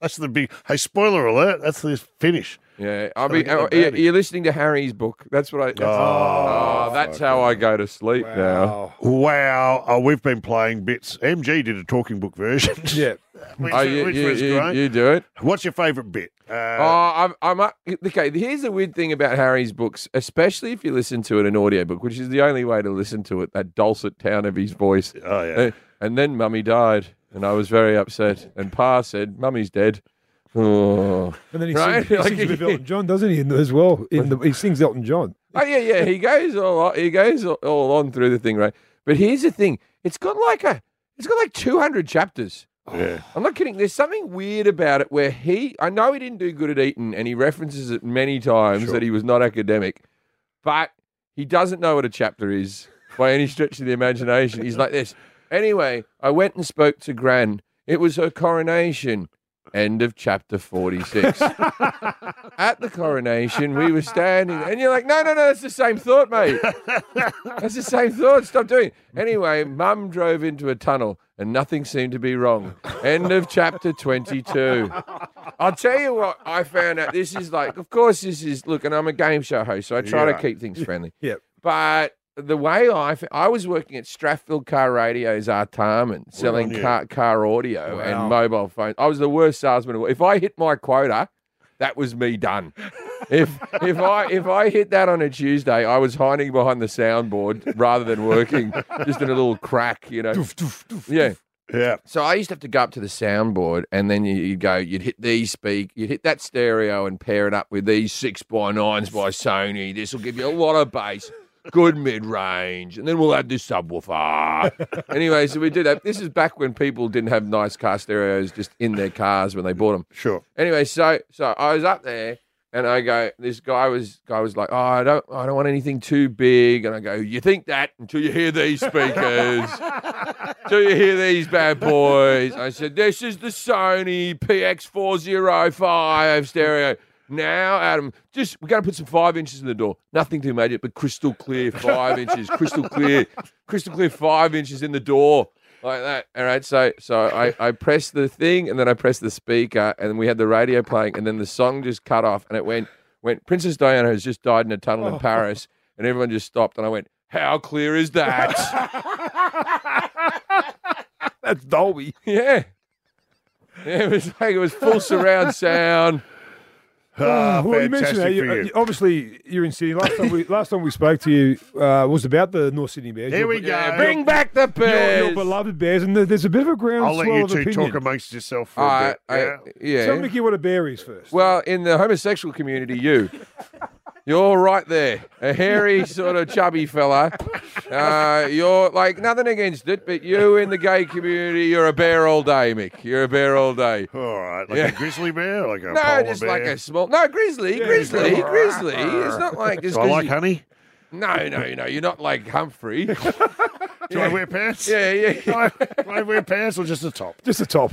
[SPEAKER 3] That's the big. Hey, spoiler alert! That's the finish.
[SPEAKER 10] Yeah, I
[SPEAKER 3] we
[SPEAKER 10] mean,
[SPEAKER 3] get the
[SPEAKER 10] uh, you-
[SPEAKER 3] baddie.
[SPEAKER 10] you're listening to Harry's book. That's what I. That's, oh, that's how I go to sleep now.
[SPEAKER 4] Wow.
[SPEAKER 3] Wow! Oh, we've been playing bits. MG did a talking book version.
[SPEAKER 4] Yeah.
[SPEAKER 3] which,
[SPEAKER 10] Oh, you,
[SPEAKER 3] which
[SPEAKER 10] you,
[SPEAKER 3] was
[SPEAKER 10] you,
[SPEAKER 3] great.
[SPEAKER 10] you do it.
[SPEAKER 3] What's your favourite bit? Uh,
[SPEAKER 10] Oh, I'm, I'm up- okay. Here's the weird thing about Harry's books, especially if you listen to it in audiobook, which is the only way to listen to it. That dulcet tone of his voice.
[SPEAKER 3] Oh, yeah.
[SPEAKER 10] Uh, and then Mummy died, and I was very upset. And Pa said, "Mummy's dead." Oh.
[SPEAKER 4] And then he
[SPEAKER 10] Right?
[SPEAKER 4] sings, he
[SPEAKER 10] Like
[SPEAKER 4] sings
[SPEAKER 10] he-
[SPEAKER 4] with Elton John, doesn't he? in the- As well, in the, he sings Elton John.
[SPEAKER 10] Oh yeah, yeah. He goes all on, he goes all- all on through the thing, right? But here's the thing: it's got like a it's got like two hundred chapters.
[SPEAKER 3] yeah.
[SPEAKER 10] I'm not kidding. There's something weird about it where he I know he didn't do good at Eton, and he references it many times that he was not academic, but he doesn't know what a chapter is by any stretch of the imagination. He's like this. Anyway, I went and spoke to Gran. It was her coronation. End of chapter 46. At the coronation, we were standing, and you're like, no, no, no, that's the same thought, mate. That's the same thought. Stop doing it. Anyway, mum drove into a tunnel and nothing seemed to be wrong. End of chapter 22. I'll tell you what I found out. This is like, of course, this is, look, and I'm a game show host, so I try
[SPEAKER 3] Yeah.
[SPEAKER 10] to keep things friendly.
[SPEAKER 4] Yep.
[SPEAKER 10] But the way I, f- I was working at Strathfield Car Radio's Artarmon, selling
[SPEAKER 3] on you.
[SPEAKER 10] car, car audio
[SPEAKER 4] Wow.
[SPEAKER 10] and mobile phones. I was the worst salesman. of all. If I hit my quota, that was me done. If if I if I hit that on a Tuesday, I was hiding behind the soundboard rather than working, just in a little crack, you know. yeah.
[SPEAKER 3] Yeah.
[SPEAKER 10] So I used to have to go up to the soundboard, and then you- you'd go, you'd hit these speak, you'd hit that stereo, and pair it up with these six by nines by Sony. This will give you a lot of bass, good mid range, and then we'll add this subwoofer. anyway, so we do that. This is back when people didn't have nice car stereos just in their cars when they bought them.
[SPEAKER 3] Sure.
[SPEAKER 10] Anyway, so so I was up there and I go, this guy was guy was like, Oh, I don't I don't want anything too big. And I go, You think that until you hear these speakers. until you hear these bad boys. I said, This is the Sony PX four zero five stereo. Now, Adam, just we're gonna put some five inches in the door. Nothing too major, but crystal clear five inches, crystal clear, crystal clear five inches in the door like that. All right, so so I, I pressed the thing and then I pressed the speaker and we had the radio playing and then the song just cut off and it went went Princess Diana has just died in a tunnel in Paris and everyone just stopped and I went how clear is that?
[SPEAKER 4] That's Dolby.
[SPEAKER 10] yeah. yeah, it was like it was full surround sound.
[SPEAKER 3] Ah,
[SPEAKER 4] Oh, well, you
[SPEAKER 3] fantastic
[SPEAKER 4] mentioned that.
[SPEAKER 3] for
[SPEAKER 4] You,
[SPEAKER 3] you.
[SPEAKER 4] you- Obviously, you're in Sydney. Last time we, last time we spoke to you uh, was about the North Sydney Bears.
[SPEAKER 3] Here
[SPEAKER 4] your,
[SPEAKER 3] we go.
[SPEAKER 10] Yeah, bring back the
[SPEAKER 4] your,
[SPEAKER 10] bears.
[SPEAKER 4] your beloved Bears, and there- there's a bit of a groundswell
[SPEAKER 3] I'll let you
[SPEAKER 4] of
[SPEAKER 3] two
[SPEAKER 4] opinion.
[SPEAKER 3] talk amongst yourself for a
[SPEAKER 10] I,
[SPEAKER 3] bit.
[SPEAKER 10] I,
[SPEAKER 3] yeah?
[SPEAKER 10] yeah.
[SPEAKER 4] Tell Mickey what a bear is first.
[SPEAKER 10] Well, in the homosexual community, you. You're right there. A hairy, sort of chubby fella. Uh, you're like, nothing against it, but you in the gay community, you're a bear all day, Mick. You're a bear all day.
[SPEAKER 3] All right, like
[SPEAKER 10] Yeah.
[SPEAKER 3] a grizzly bear, like a
[SPEAKER 10] No,
[SPEAKER 3] polar
[SPEAKER 10] just
[SPEAKER 3] bear.
[SPEAKER 10] like a small. No, grizzly, grizzly, grizzly. It's not like just.
[SPEAKER 3] Do I
[SPEAKER 10] 'cause
[SPEAKER 3] like
[SPEAKER 10] you-
[SPEAKER 3] honey?
[SPEAKER 10] No, no, no. You're not like Humphrey.
[SPEAKER 3] Do I wear pants?
[SPEAKER 10] Yeah, yeah.
[SPEAKER 3] Do I, do I wear pants or just the top?
[SPEAKER 4] Just the top.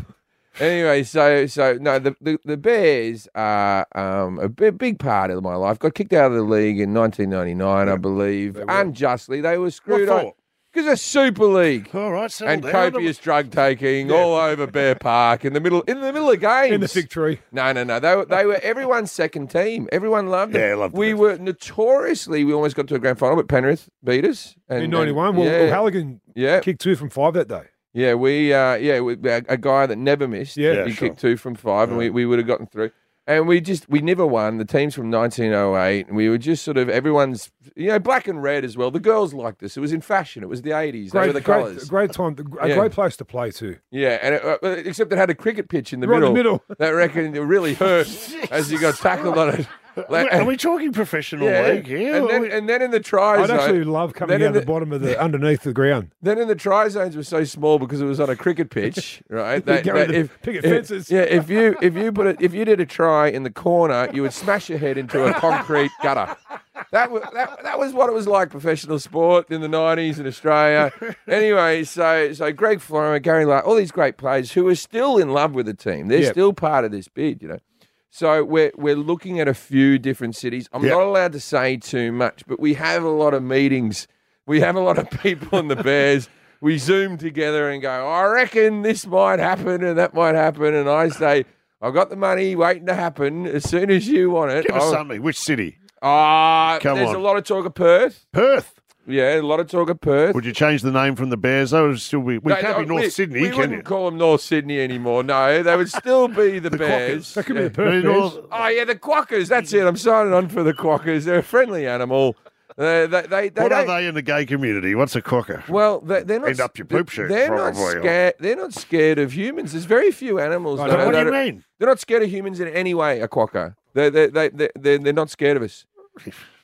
[SPEAKER 10] Anyway, so so no, the, the, the Bears are um, a bi- big part of my life. Got kicked out of the league in 1999, I believe, unjustly. They were screwed
[SPEAKER 3] What
[SPEAKER 10] on because a Super League.
[SPEAKER 3] All right, settle
[SPEAKER 10] and
[SPEAKER 3] down.
[SPEAKER 10] copious drug taking all over Bear Park in the middle in the middle of games in the fig
[SPEAKER 4] tree.
[SPEAKER 10] No, no, no. They were they were everyone's second team. Everyone loved them.
[SPEAKER 3] Yeah, loved
[SPEAKER 10] we were notoriously we almost got to a grand final, but Penrith beat us and-
[SPEAKER 4] in
[SPEAKER 10] and-
[SPEAKER 4] '91, well,
[SPEAKER 10] yeah.
[SPEAKER 4] well, Halligan
[SPEAKER 10] yeah.
[SPEAKER 4] kicked two from five that day.
[SPEAKER 10] Yeah, we uh, yeah, we, a, a guy that never missed.
[SPEAKER 4] Yeah, Yeah,
[SPEAKER 10] he
[SPEAKER 4] sure.
[SPEAKER 10] kicked two from five, and we, we would have gotten through. And we just we never won. The teams from 1908, and we were just sort of everyone's you know black and red as well. The girls liked us. It was in fashion. It was the 80s. they were the
[SPEAKER 4] great,
[SPEAKER 10] colours.
[SPEAKER 4] great time, a
[SPEAKER 10] Yeah.
[SPEAKER 4] great place to play too.
[SPEAKER 10] Yeah, and it, uh, except it had a cricket pitch in the
[SPEAKER 4] Right in the
[SPEAKER 10] middle.
[SPEAKER 4] middle.
[SPEAKER 10] That reckon it really hurt as you got tackled on it.
[SPEAKER 3] Are we- are we talking professional league here?
[SPEAKER 10] And
[SPEAKER 3] Are
[SPEAKER 10] then,
[SPEAKER 3] we-
[SPEAKER 10] and then in the try
[SPEAKER 4] I'd
[SPEAKER 10] zone,
[SPEAKER 4] actually love coming
[SPEAKER 10] then in
[SPEAKER 4] out the,
[SPEAKER 10] the-
[SPEAKER 4] bottom of the underneath the ground.
[SPEAKER 10] then in the try zones were so small because it was on a cricket pitch, right?
[SPEAKER 4] You'd go into picket
[SPEAKER 10] if-
[SPEAKER 4] fences.
[SPEAKER 10] Yeah, if you if you put it if you did a try in the corner, you would smash your head into a concrete gutter. That was that, that was what it was like professional sport in the nineties in Australia. anyway, so so Greg Florian, Gary Lark, all these great players who are still in love with the team. They're
[SPEAKER 4] Yep.
[SPEAKER 10] still part of this bid, you know. So we're we're looking at a few different cities. I'm
[SPEAKER 4] Yep.
[SPEAKER 10] not allowed to say too much, but we have a lot of meetings. We have a lot of people in the Bears. We zoom together and go, I reckon this might happen and that might happen. And I say, I've got the money waiting to happen as soon as you want it.
[SPEAKER 3] Give us
[SPEAKER 10] I'll-
[SPEAKER 3] something. Which city?
[SPEAKER 10] Ah,
[SPEAKER 3] Come
[SPEAKER 10] there's
[SPEAKER 3] on.
[SPEAKER 10] a lot of talk of Perth.
[SPEAKER 3] Perth.
[SPEAKER 10] Yeah, a lot of talk of Perth.
[SPEAKER 3] Would you change the name from the Bears? That would still be. We
[SPEAKER 10] No,
[SPEAKER 3] can't
[SPEAKER 10] no,
[SPEAKER 3] be North
[SPEAKER 10] we-
[SPEAKER 3] Sydney,
[SPEAKER 10] We
[SPEAKER 3] can
[SPEAKER 10] wouldn't
[SPEAKER 3] you?
[SPEAKER 10] call them North Sydney anymore. No, they would still be the, Bears.
[SPEAKER 3] Quackers.
[SPEAKER 4] That could
[SPEAKER 10] Yeah.
[SPEAKER 4] be the Perth
[SPEAKER 3] No,
[SPEAKER 4] Bears.
[SPEAKER 3] no.
[SPEAKER 10] Oh yeah, the quackers. That's it. I'm signing on for the quackers. They're a friendly animal. Uh, They, they, they, they
[SPEAKER 3] What are
[SPEAKER 10] don't-
[SPEAKER 3] they in the gay community? What's a cocker?
[SPEAKER 10] Well, they, they're not.
[SPEAKER 3] End up your poop shoot,
[SPEAKER 10] They're not
[SPEAKER 3] probably, or-
[SPEAKER 10] scared. They're not scared of humans. There's very few animals.
[SPEAKER 4] I
[SPEAKER 10] that
[SPEAKER 4] know.
[SPEAKER 10] are-
[SPEAKER 3] What do
[SPEAKER 10] that
[SPEAKER 3] you
[SPEAKER 10] are-
[SPEAKER 3] mean?
[SPEAKER 10] They're not scared of humans in any way. A quacker. They, they, they, they, they're, they're not scared of us.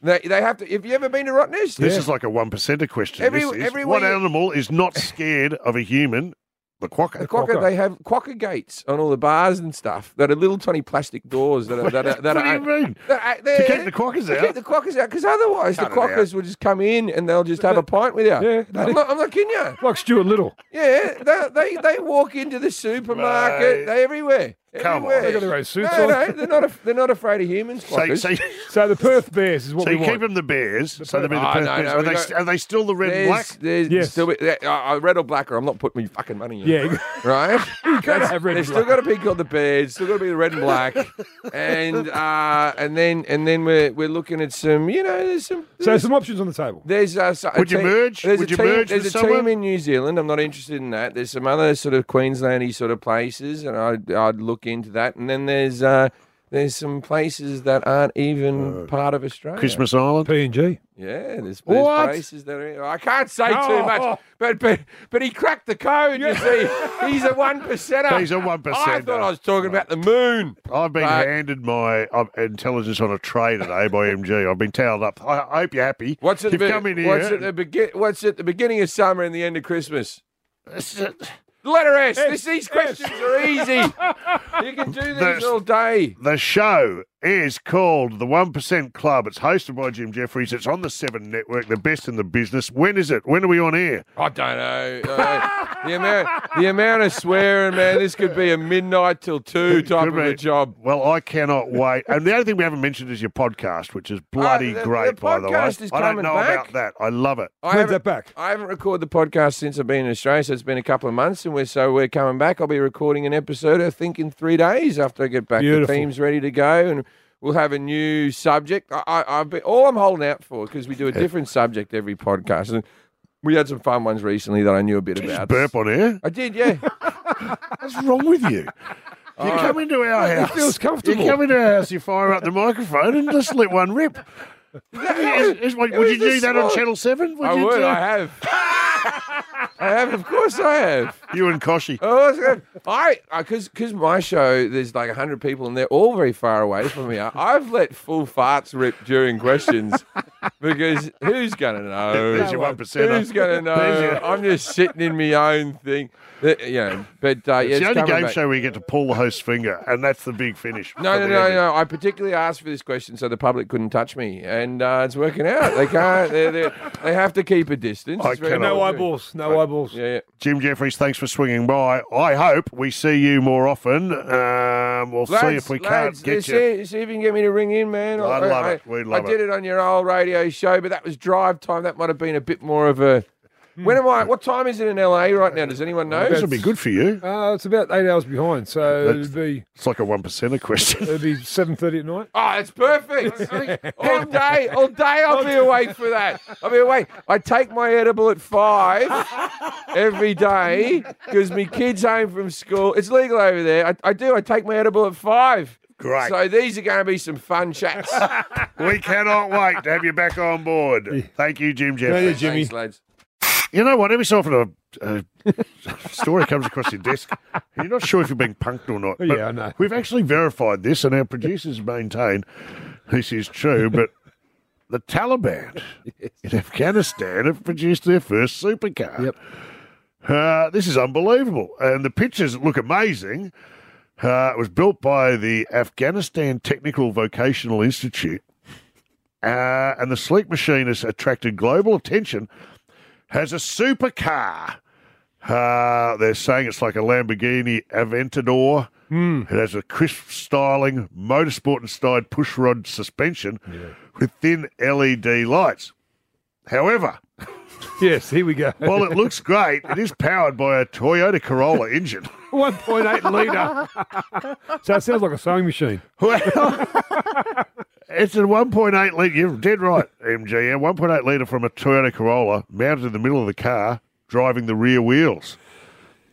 [SPEAKER 10] They, they have to. Have you ever been to Rottnest?
[SPEAKER 3] This
[SPEAKER 4] Yeah.
[SPEAKER 3] is like a one percenter question.
[SPEAKER 10] Every-
[SPEAKER 3] This is,
[SPEAKER 10] everywhere
[SPEAKER 3] what
[SPEAKER 10] you-
[SPEAKER 3] animal is not scared of a human? The quacker.
[SPEAKER 10] The quacker,
[SPEAKER 4] quokka.
[SPEAKER 10] they have quacker gates on all the bars and stuff that are little tiny plastic doors that are that are, that
[SPEAKER 3] What do
[SPEAKER 10] are
[SPEAKER 3] you mean?
[SPEAKER 10] that are-
[SPEAKER 3] To
[SPEAKER 10] they're-
[SPEAKER 3] keep the quackers
[SPEAKER 10] to
[SPEAKER 3] out?
[SPEAKER 10] keep the quackers out because otherwise
[SPEAKER 3] Cut
[SPEAKER 10] the
[SPEAKER 3] it out.
[SPEAKER 10] quackers will just come in and they'll just have a pint with you.
[SPEAKER 4] Yeah,
[SPEAKER 10] I'm, not, I'm not kidding you.
[SPEAKER 4] like Stuart Little.
[SPEAKER 10] Yeah, they they, they walk into the supermarket.
[SPEAKER 3] Mate.
[SPEAKER 10] They everywhere.
[SPEAKER 3] Come on.
[SPEAKER 10] everywhere.
[SPEAKER 4] They got their own suits
[SPEAKER 10] no,
[SPEAKER 4] on.
[SPEAKER 10] no, they're not. af they're not afraid of humans.
[SPEAKER 3] So,
[SPEAKER 10] Quackers.
[SPEAKER 3] so, so
[SPEAKER 4] So the Perth Bears is what we
[SPEAKER 3] you
[SPEAKER 4] want.
[SPEAKER 3] keep them the Bears. so they be the
[SPEAKER 10] Oh,
[SPEAKER 3] Perth
[SPEAKER 10] no,
[SPEAKER 3] Bears.
[SPEAKER 10] no,
[SPEAKER 3] are,
[SPEAKER 10] we
[SPEAKER 3] they,
[SPEAKER 10] got-
[SPEAKER 3] st- are they still the red and
[SPEAKER 10] there's,
[SPEAKER 3] black?
[SPEAKER 10] there's
[SPEAKER 4] Yes.
[SPEAKER 10] still, uh, uh, red or black, or I'm not putting my fucking money in.
[SPEAKER 4] yeah,
[SPEAKER 10] right? That's-
[SPEAKER 4] have
[SPEAKER 10] they've
[SPEAKER 4] red and
[SPEAKER 10] still got to
[SPEAKER 4] black.
[SPEAKER 10] be called the Bears. Still got to be the red and black, and uh, and then and then we're we're looking at some, you know, there's some.
[SPEAKER 4] so some options on the table.
[SPEAKER 10] There's uh, so- a
[SPEAKER 3] Would you
[SPEAKER 10] team-
[SPEAKER 3] merge?
[SPEAKER 10] There's
[SPEAKER 3] Would
[SPEAKER 10] a
[SPEAKER 3] you
[SPEAKER 10] team,
[SPEAKER 3] merge
[SPEAKER 10] There's a
[SPEAKER 3] with
[SPEAKER 10] team
[SPEAKER 3] someone?
[SPEAKER 10] in New Zealand. I'm not interested in that. There's some other sort of Queenslandy sort of places, and I'd I'd look into that. And then there's uh, there's some places that aren't even
[SPEAKER 3] Oh.
[SPEAKER 10] part of Australia.
[SPEAKER 3] Christmas Island.
[SPEAKER 4] P and G.
[SPEAKER 10] Yeah, there's, there's
[SPEAKER 4] What?
[SPEAKER 10] places that are. I can't say
[SPEAKER 4] Oh.
[SPEAKER 10] too much, but, but but he cracked the code. You see, he's a one percenter.
[SPEAKER 3] He's a one
[SPEAKER 10] I
[SPEAKER 3] percenter.
[SPEAKER 10] thought I was talking about the moon.
[SPEAKER 3] I've been
[SPEAKER 10] Right.
[SPEAKER 3] handed my uh, intelligence on a tray today by MG. I've been towed up. I, I hope you're happy.
[SPEAKER 10] What's at
[SPEAKER 3] You've
[SPEAKER 10] the, be-
[SPEAKER 3] come in here.
[SPEAKER 10] What's at the begin? What's at the beginning of summer and the end of Christmas?
[SPEAKER 3] It's-
[SPEAKER 10] The letter S. This, these questions are easy. you can do these
[SPEAKER 3] There's-
[SPEAKER 10] all day.
[SPEAKER 3] The show is called The One Percent Club. It's hosted by Jim Jeffries. It's on the Seven Network, the best in the business. When is it? When are we on air?
[SPEAKER 10] I don't know. Uh, the amount, the amount of swearing, man. This could be a midnight till two type
[SPEAKER 3] Good
[SPEAKER 10] of a
[SPEAKER 3] mate.
[SPEAKER 10] job.
[SPEAKER 3] Well, I cannot wait. And the only thing we haven't mentioned is your podcast, which is bloody
[SPEAKER 10] Oh, the- the
[SPEAKER 3] great, by the way.
[SPEAKER 10] podcast is
[SPEAKER 3] I don't
[SPEAKER 10] coming
[SPEAKER 3] know
[SPEAKER 10] back.
[SPEAKER 3] about that. I love it.
[SPEAKER 10] I
[SPEAKER 4] When's
[SPEAKER 10] haven't-
[SPEAKER 4] that back?
[SPEAKER 10] I haven't recorded the podcast since I've been in Australia, so it's been a couple of months, and we're so we're coming back. I'll be recording an episode, I think, in three days after I get back.
[SPEAKER 4] Beautiful.
[SPEAKER 10] The team's ready to go, and we'll have a new subject. I, I, I've been, all I'm holding out for because we do a different subject every podcast, and we had some fun ones recently that I knew a bit about.
[SPEAKER 3] Burp on air.
[SPEAKER 10] I did, yeah.
[SPEAKER 3] What's wrong with you? You come into our house.
[SPEAKER 4] feels comfortable.
[SPEAKER 3] You come into our house, you fire up the microphone, and just let one rip. Is- is- would
[SPEAKER 10] was
[SPEAKER 3] you do
[SPEAKER 10] this
[SPEAKER 3] that on
[SPEAKER 10] small.
[SPEAKER 3] Channel Seven?
[SPEAKER 10] I
[SPEAKER 3] you
[SPEAKER 10] would.
[SPEAKER 3] do-
[SPEAKER 10] I have. I have. Of course, I have.
[SPEAKER 3] You and Koshy.
[SPEAKER 10] Oh, that's good. I because because my show there's like hundred people and they're all very far away from me. I- I've let full farts rip during questions because who's gonna know?
[SPEAKER 3] There's your one percenter.
[SPEAKER 10] Who's gonna
[SPEAKER 3] There's
[SPEAKER 10] know?
[SPEAKER 3] your-
[SPEAKER 10] I'm just sitting in my own thing. Th- You know, but uh, yeah,
[SPEAKER 3] It's the only
[SPEAKER 10] coming
[SPEAKER 3] game
[SPEAKER 10] back.
[SPEAKER 3] show where you get to pull the host's finger, and that's the big finish.
[SPEAKER 10] No, no,
[SPEAKER 3] for the
[SPEAKER 10] no,
[SPEAKER 3] ending.
[SPEAKER 10] no. I particularly asked for this question so the public couldn't touch me, and uh, it's working out. They can't. They they they have to keep a distance.
[SPEAKER 3] I
[SPEAKER 10] It's very
[SPEAKER 3] cannot-
[SPEAKER 4] No
[SPEAKER 10] important.
[SPEAKER 4] eyeballs. No eyeballs.
[SPEAKER 10] Yeah, yeah.
[SPEAKER 3] Jim Jeffries, thanks for for swinging by. I hope we see you more often. Um, we'll see
[SPEAKER 10] Lads,
[SPEAKER 3] if we
[SPEAKER 10] lads,
[SPEAKER 3] can't get
[SPEAKER 10] see,
[SPEAKER 3] you.
[SPEAKER 10] see if you can get me to ring in, man.
[SPEAKER 3] I'd
[SPEAKER 10] I-
[SPEAKER 3] love
[SPEAKER 10] I-
[SPEAKER 3] it. We'd love
[SPEAKER 10] I did
[SPEAKER 3] it.
[SPEAKER 10] it on your old radio show, but that was drive time. That might have been a bit more of a. When am I? What time is it in LA right now? Does anyone know?
[SPEAKER 3] This will be good for you.
[SPEAKER 4] Uh, it's about eight hours behind, so
[SPEAKER 3] That's-
[SPEAKER 4] it'd be
[SPEAKER 3] It's like a one percenter question.
[SPEAKER 4] it'd be seven thirty at night.
[SPEAKER 10] Oh, it's perfect. all day, all day I'll be awake for that. I'll be awake. I take my edible at five every day because my kid's home from school. It's legal over there. I, I do. I take my edible at five.
[SPEAKER 3] Great.
[SPEAKER 10] So these are going to be some fun chats.
[SPEAKER 3] we cannot wait to have you back on board. Thank you, Jim Jeffries.
[SPEAKER 10] Thanks, lads.
[SPEAKER 3] You know what? Every so often a, a story comes across your desk. and You're not sure if you're being punked or not. but
[SPEAKER 4] Yeah, I know.
[SPEAKER 3] We've actually verified this, and our producers maintain this is true, but the Taliban in Afghanistan have produced their first supercar.
[SPEAKER 4] Yep.
[SPEAKER 3] Uh, this is unbelievable. And the pictures look amazing. Uh, it was built by the Afghanistan Technical Vocational Institute. Uh, and the sleek machine has attracted global attention. Has a supercar. Uh, they're saying it's like a Lamborghini Aventador. It has a crisp styling, motorsport inspired pushrod suspension with thin LED lights. However,
[SPEAKER 4] Yes, here we go.
[SPEAKER 3] while it looks great, it is powered by a Toyota Corolla engine.
[SPEAKER 4] One point eight liter. so it sounds like a sewing machine.
[SPEAKER 3] Well, it's a 1.8 litre, you're dead right, MGM, 1.8 litre from a Toyota Corolla mounted in the middle of the car, driving the rear wheels.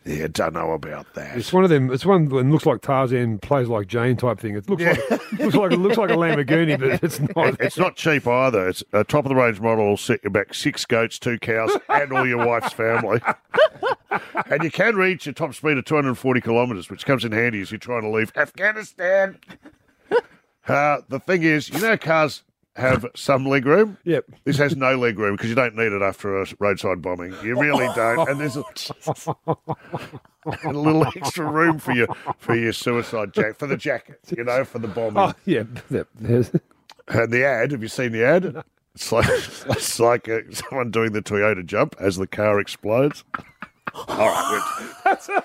[SPEAKER 3] Yeah, don't know about that.
[SPEAKER 4] It's one of them. It's one that looks like Tarzan plays like Jane type thing. It looks like looks like it looks like a Lamborghini, but it's not.
[SPEAKER 3] It's not cheap either. It's a top of the range model will set you back six goats, two cows, and all your wife's family. and you can reach a top speed of 240 kilometres, which comes in handy as you're trying to leave Afghanistan. Uh, the thing is, you know, cars have some leg room.
[SPEAKER 4] Yep.
[SPEAKER 3] This has no leg room because you don't need it after a roadside bombing. You really don't. And there's a, and a little extra room for your for your suicide jacket, for the jacket, you know, for the bombing.
[SPEAKER 4] Oh yeah. Yep. There's-
[SPEAKER 3] And the ad, have you seen the ad? It's like it's like uh, someone doing the Toyota jump as the car explodes. All right, good.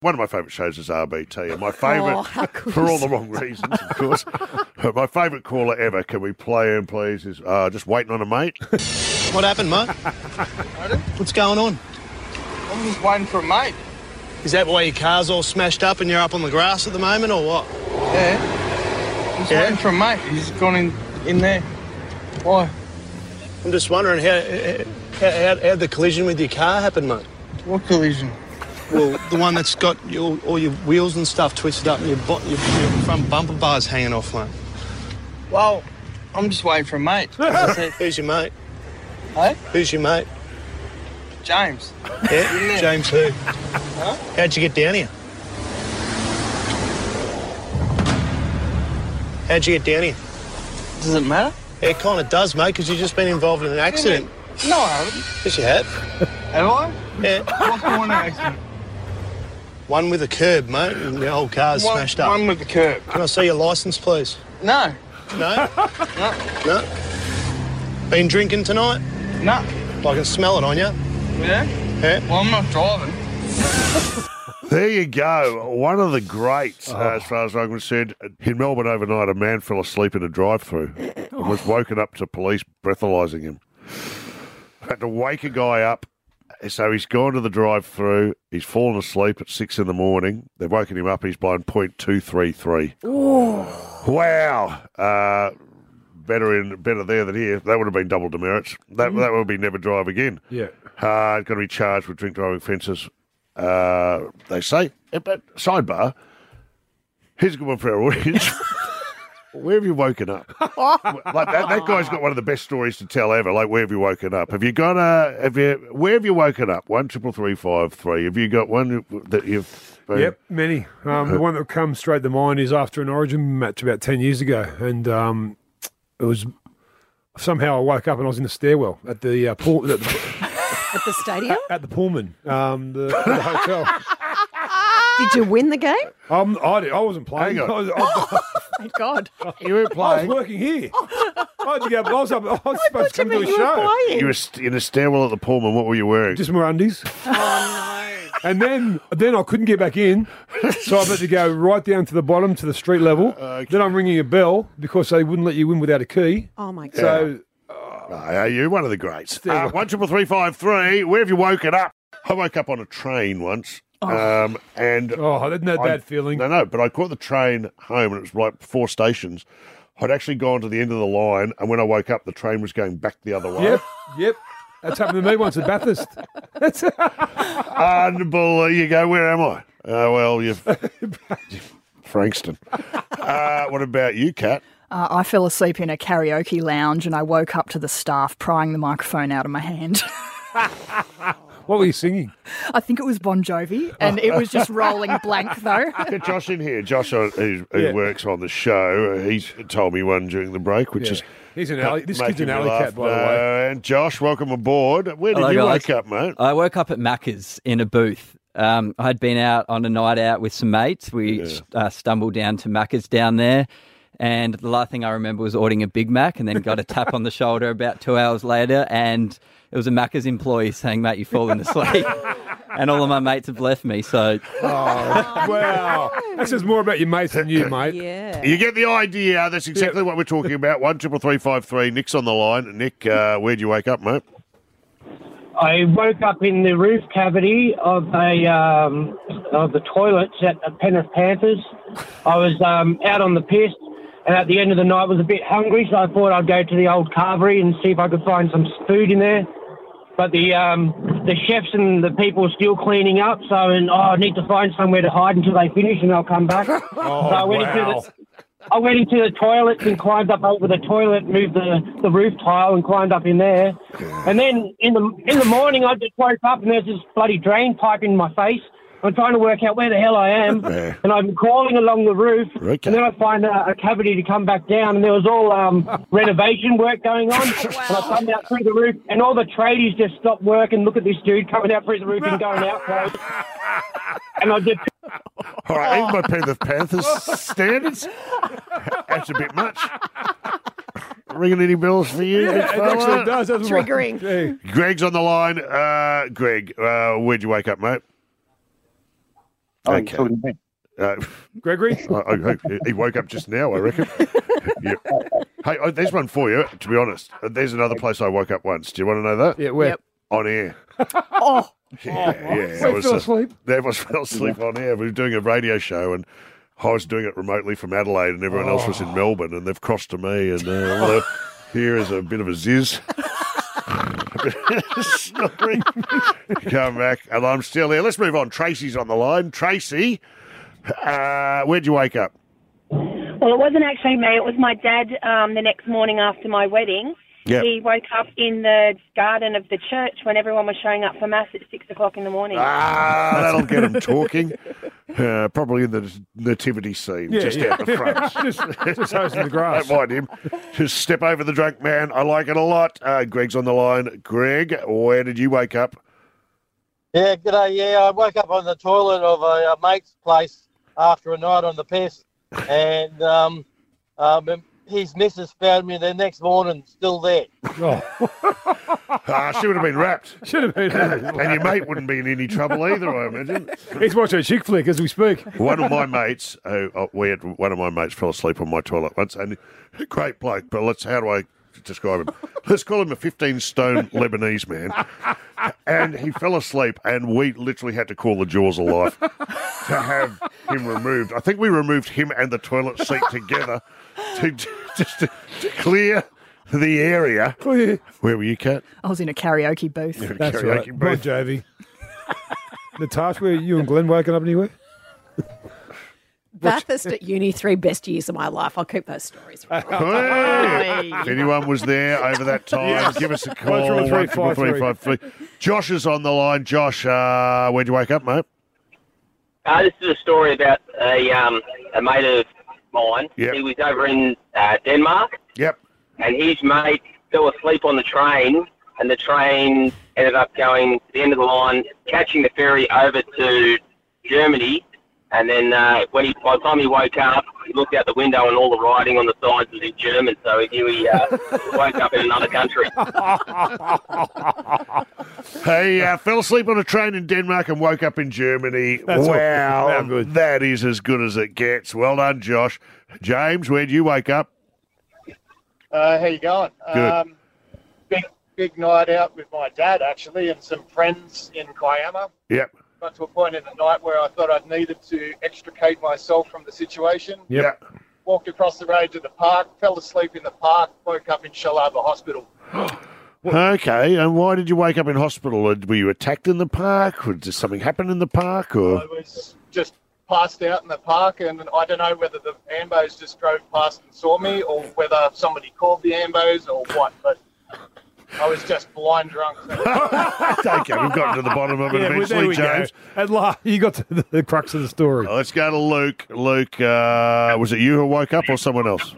[SPEAKER 3] One of my favourite shows is RBT, and my favourite
[SPEAKER 5] Oh, how good
[SPEAKER 3] for all
[SPEAKER 5] is
[SPEAKER 3] the wrong reasons, of course. But my favourite caller ever. Can we play him, please? Is uh, just waiting on a mate.
[SPEAKER 11] What happened, mate? What's going on?
[SPEAKER 12] I'm just waiting for a mate.
[SPEAKER 11] Is that why your car's all smashed up and you're up on the grass at the moment, or what?
[SPEAKER 12] Yeah. Just
[SPEAKER 11] Yeah?
[SPEAKER 12] waiting for a mate. He's gone in, in there. Why?
[SPEAKER 11] I'm just wondering how how, how how'd the collision with your car happened, mate.
[SPEAKER 12] What collision?
[SPEAKER 11] Well, the one that's got your, all your wheels and stuff twisted up, and your, bo- your, your front bumper bars hanging off, mate.
[SPEAKER 12] Well, I'm just waiting for a mate. That's it.
[SPEAKER 11] Who's your mate?
[SPEAKER 12] Hey?
[SPEAKER 11] Who's your mate?
[SPEAKER 12] James.
[SPEAKER 11] Yeah, James. Who? How'd you get down here? How'd you get down here?
[SPEAKER 12] Does it matter?
[SPEAKER 11] It kind of does, mate, because you've just been involved in an accident.
[SPEAKER 12] No, I haven't.
[SPEAKER 11] Yes, you have.
[SPEAKER 12] Have I?
[SPEAKER 11] Yeah.
[SPEAKER 12] What's the one accident?
[SPEAKER 11] One with a curb, mate, and the whole car's
[SPEAKER 12] One-
[SPEAKER 11] smashed up.
[SPEAKER 12] One with the curb.
[SPEAKER 11] Can I see your license, please?
[SPEAKER 12] No.
[SPEAKER 11] No?
[SPEAKER 12] No.
[SPEAKER 11] No? Been drinking tonight?
[SPEAKER 12] No.
[SPEAKER 11] I can smell it on you.
[SPEAKER 12] Yeah?
[SPEAKER 11] Yeah?
[SPEAKER 12] Well, I'm not driving.
[SPEAKER 3] There you go. One of the greats, uh, as far as I'm concerned. In Melbourne overnight, a man fell asleep in a drive through and was woken up to police breathalyzing him. Had to wake a guy up. So he's gone to the drive through. He's fallen asleep at six in the morning. They've woken him up. He's blown 0.233. Wow. Uh, better in better there than here. That would have been double demerits. That, that would be never drive again.
[SPEAKER 4] yeah.
[SPEAKER 3] Uh, going to be charged with drink driving offences. Uh, they say. Uh, But sidebar. Here's a good one for our audience. Where have you woken up? like that, that guy's got one of the best stories to tell ever. Like, where have you woken up? Have you got a? Have you? Where have you woken up? One triple three five three. Have you got one that you've? Been,
[SPEAKER 4] Yep, many. Um, the one that comes straight to mind is after an Origin match about ten years ago, and um, it was somehow I woke up and I was in the stairwell at the uh, pool, at, the,
[SPEAKER 5] At the stadium?
[SPEAKER 4] at the Pullman, um, the, the hotel.
[SPEAKER 5] Did you win the game?
[SPEAKER 4] Um, I, di- I wasn't playing.
[SPEAKER 3] Hang on.
[SPEAKER 4] I was- I-
[SPEAKER 2] Thank God.
[SPEAKER 3] You were
[SPEAKER 4] I was
[SPEAKER 3] playing.
[SPEAKER 4] working here. I had to go. I was, up, I was supposed to come
[SPEAKER 2] you
[SPEAKER 4] to a
[SPEAKER 2] meant you were
[SPEAKER 4] show.
[SPEAKER 2] playing.
[SPEAKER 3] You were st- in a stairwell at the Pullman. What were you wearing?
[SPEAKER 4] Just my undies.
[SPEAKER 2] Oh,
[SPEAKER 4] And then, then I couldn't get back in, so I had to go right down to the bottom to the street level. Then I'm ringing a bell because they wouldn't let you in without a key.
[SPEAKER 5] Oh my
[SPEAKER 4] So
[SPEAKER 3] Ah, you're one of the greats. Uh, one triple three five three. Where have you woken up? I woke up on a train once. Um, and
[SPEAKER 4] oh, isn't that bad
[SPEAKER 3] feeling? No, no. But I caught the train home, and it was like four stations. I'd actually gone to the end of the line, and when I woke up, the train was going back the other way.
[SPEAKER 4] yep, yep. That's happened to me once at Bathurst.
[SPEAKER 3] Unbelievable. You go. Where am I? Uh, well, you've Frankston. Uh, what about you, Kat?
[SPEAKER 2] Uh, I fell asleep in a karaoke lounge and I woke up to the staff prying the microphone out of my hand.
[SPEAKER 4] What were you singing?
[SPEAKER 2] I think it was Bon Jovi and
[SPEAKER 3] Oh.
[SPEAKER 2] it was just rolling blank though.
[SPEAKER 3] Get Josh in here. Josh, uh, who, who
[SPEAKER 4] Yeah.
[SPEAKER 3] works on the show, uh, he's told me one during the break, which
[SPEAKER 4] Yeah.
[SPEAKER 3] is
[SPEAKER 4] He's an alley- this
[SPEAKER 3] making
[SPEAKER 4] kid's an
[SPEAKER 3] me
[SPEAKER 4] alley
[SPEAKER 3] laugh.
[SPEAKER 4] cat, by the way.
[SPEAKER 3] Uh, and Josh, welcome aboard. Where did
[SPEAKER 13] Hello,
[SPEAKER 3] you
[SPEAKER 13] guys.
[SPEAKER 3] wake up, mate?
[SPEAKER 13] I woke up at Macca's in a booth. Um, I had been out on a night out with some mates. We uh, stumbled down to Macca's down there. And the last thing I remember was ordering a Big Mac and then got a tap on the shoulder about two hours later. And it was a Macca's employee saying, mate, you've fallen asleep. and all of my mates have left me. So
[SPEAKER 4] Oh, wow. That says more about your mates than you, mate.
[SPEAKER 5] Yeah.
[SPEAKER 3] You get the idea. That's exactly what we're talking about. One triple three five three. Nick's on the line. Nick, uh, where'd you wake up, mate?
[SPEAKER 14] I woke up in the roof cavity of a um, of the toilets at the Penrith Panthers. I was um, out on the piss, and at the end of the night was a bit hungry, so I thought I'd go to the old carvery and see if I could find some food in there. But the um, the chefs and the people were still cleaning up, so and oh, I need to find somewhere to hide until they finish, and I'll come back. so I went into the I went into the toilets and climbed up over the toilet, moved the, the roof tile and climbed up in there. And then in the in the morning, I just woke up and there's this bloody drain pipe in my face. I'm trying to work out where the hell I am,
[SPEAKER 3] Yeah.
[SPEAKER 14] and I'm crawling along the roof, and then I find a, a cavity to come back down, and there was all um, renovation work going on. And I come out through the roof, and all the tradies just stopped work and look at this dude coming out through the roof and going out. clothes. And I just
[SPEAKER 3] All right, even by Penrith Panthers standards, that's a bit much. Ringing any bells for you?
[SPEAKER 4] Yeah,
[SPEAKER 3] big
[SPEAKER 4] it
[SPEAKER 3] fella?
[SPEAKER 4] actually does, doesn't it? Triggering. Gee.
[SPEAKER 3] Greg's on the line. Uh, Greg, uh, where'd you wake up, mate?
[SPEAKER 15] Oh, you're talking to me.
[SPEAKER 3] Uh,
[SPEAKER 4] Gregory?
[SPEAKER 3] I, I, I- he woke up just now, I reckon. Yeah. Hey, oh, there's one for you, to be honest. Uh, There's another place I woke up once. Do you want to know that?
[SPEAKER 4] Yeah, where? Yep.
[SPEAKER 3] On air.
[SPEAKER 4] oh.
[SPEAKER 3] Yeah, yeah.
[SPEAKER 4] So
[SPEAKER 3] I
[SPEAKER 4] you fell
[SPEAKER 3] uh,
[SPEAKER 4] asleep?
[SPEAKER 3] That was fell asleep on air. We were doing a radio show and I was doing it remotely from Adelaide and everyone else was
[SPEAKER 4] Oh.
[SPEAKER 3] in Melbourne and they've crossed to me and uh, well, uh, here is a bit of a ziz. Snoring. Come back and I'm still here. Let's move on. Tracy's on the line. Tracy, uh, where'd you wake up?
[SPEAKER 16] Well, it wasn't actually me. It was my dad um, the next morning after my wedding.
[SPEAKER 3] Yep.
[SPEAKER 16] He woke up in the garden of the church when everyone was showing up for mass at six o'clock in the morning.
[SPEAKER 3] Ah, that'll get him talking. Uh, probably in the nativity scene,
[SPEAKER 4] Yeah,
[SPEAKER 3] just
[SPEAKER 4] yeah.
[SPEAKER 3] out the front.
[SPEAKER 4] just, just hosing the grass.
[SPEAKER 3] Don't mind him. Just step over the drunk man. I like it a lot. Uh, Greg's on the line. Greg, where did you wake up?
[SPEAKER 17] Yeah, g'day. Yeah, I woke up on the toilet of a, a mate's place after a night on the piss, and um, um, his missus found me the next morning still there.
[SPEAKER 3] Ah, she would have been wrapped.
[SPEAKER 4] Should have been.
[SPEAKER 3] and your mate wouldn't be in any trouble either, I imagine.
[SPEAKER 4] He's watching a chick flick as we speak.
[SPEAKER 3] One of my mates, uh, uh, we had one of my mates fell asleep on my toilet once, and great bloke. But let's how do I describe him? Let's call him a fifteen stone Lebanese man, and he fell asleep, and we literally had to call the jaws of life to have him removed. I think we removed him and the toilet seat together to just to, to clear the area. Where were you, Kat?
[SPEAKER 2] I was in a karaoke booth.
[SPEAKER 4] That's
[SPEAKER 3] Karaoke
[SPEAKER 4] right. Bon
[SPEAKER 3] booth.
[SPEAKER 4] Jovi. Natasha, were you and Glenn waking up anywhere?
[SPEAKER 5] Bathurst at uni, three best years of my life. I'll keep those stories.
[SPEAKER 4] Uh,
[SPEAKER 3] If anyone was there over that time,
[SPEAKER 5] Yes.
[SPEAKER 3] give us a call.
[SPEAKER 4] One triple three
[SPEAKER 3] One triple three
[SPEAKER 4] five
[SPEAKER 3] five three. Josh is on the line. Josh, uh, where'd you wake up, mate?
[SPEAKER 18] Uh, this is a story about a um, a mate of mine. He was over in uh, Denmark.
[SPEAKER 3] Yep.
[SPEAKER 18] And his mate fell asleep on the train, and the train ended up going to the end of the line, catching the ferry over to Germany, And then uh, when he, by the time he woke up, he looked out the window and all the writing on the sides was in German, so he knew he uh, woke up in another country.
[SPEAKER 3] He uh, fell asleep on a train in Denmark and woke up in Germany.
[SPEAKER 4] That's all-
[SPEAKER 3] wow,
[SPEAKER 4] how
[SPEAKER 3] that is as good as it gets. Well done, Josh. James, where'd you wake up?
[SPEAKER 19] Uh, how you going?
[SPEAKER 3] Good.
[SPEAKER 19] Um, big big night out with my dad actually, and some friends in Kiama.
[SPEAKER 3] Yep.
[SPEAKER 19] Got to a point in the night where I thought I'd needed to extricate myself from the situation.
[SPEAKER 3] Yep.
[SPEAKER 19] Walked across the road to the park, fell asleep in the park, woke up in Shalaba Hospital.
[SPEAKER 3] Okay, and why did you wake up in hospital? Uh, Were you attacked in the park? Or did something happen in the park? Or
[SPEAKER 19] I was just passed out in the park, and I don't know whether the ambos just drove past and saw me, or whether somebody called the ambos, or what. But I was just blind drunk.
[SPEAKER 3] okay, we've gotten to the bottom of it
[SPEAKER 4] Yeah, well,
[SPEAKER 3] eventually,
[SPEAKER 4] there we go.
[SPEAKER 3] James.
[SPEAKER 4] At last, you got to the, the crux of the story.
[SPEAKER 3] Oh, Let's go to Luke. Luke, uh, was it you who woke up or someone else?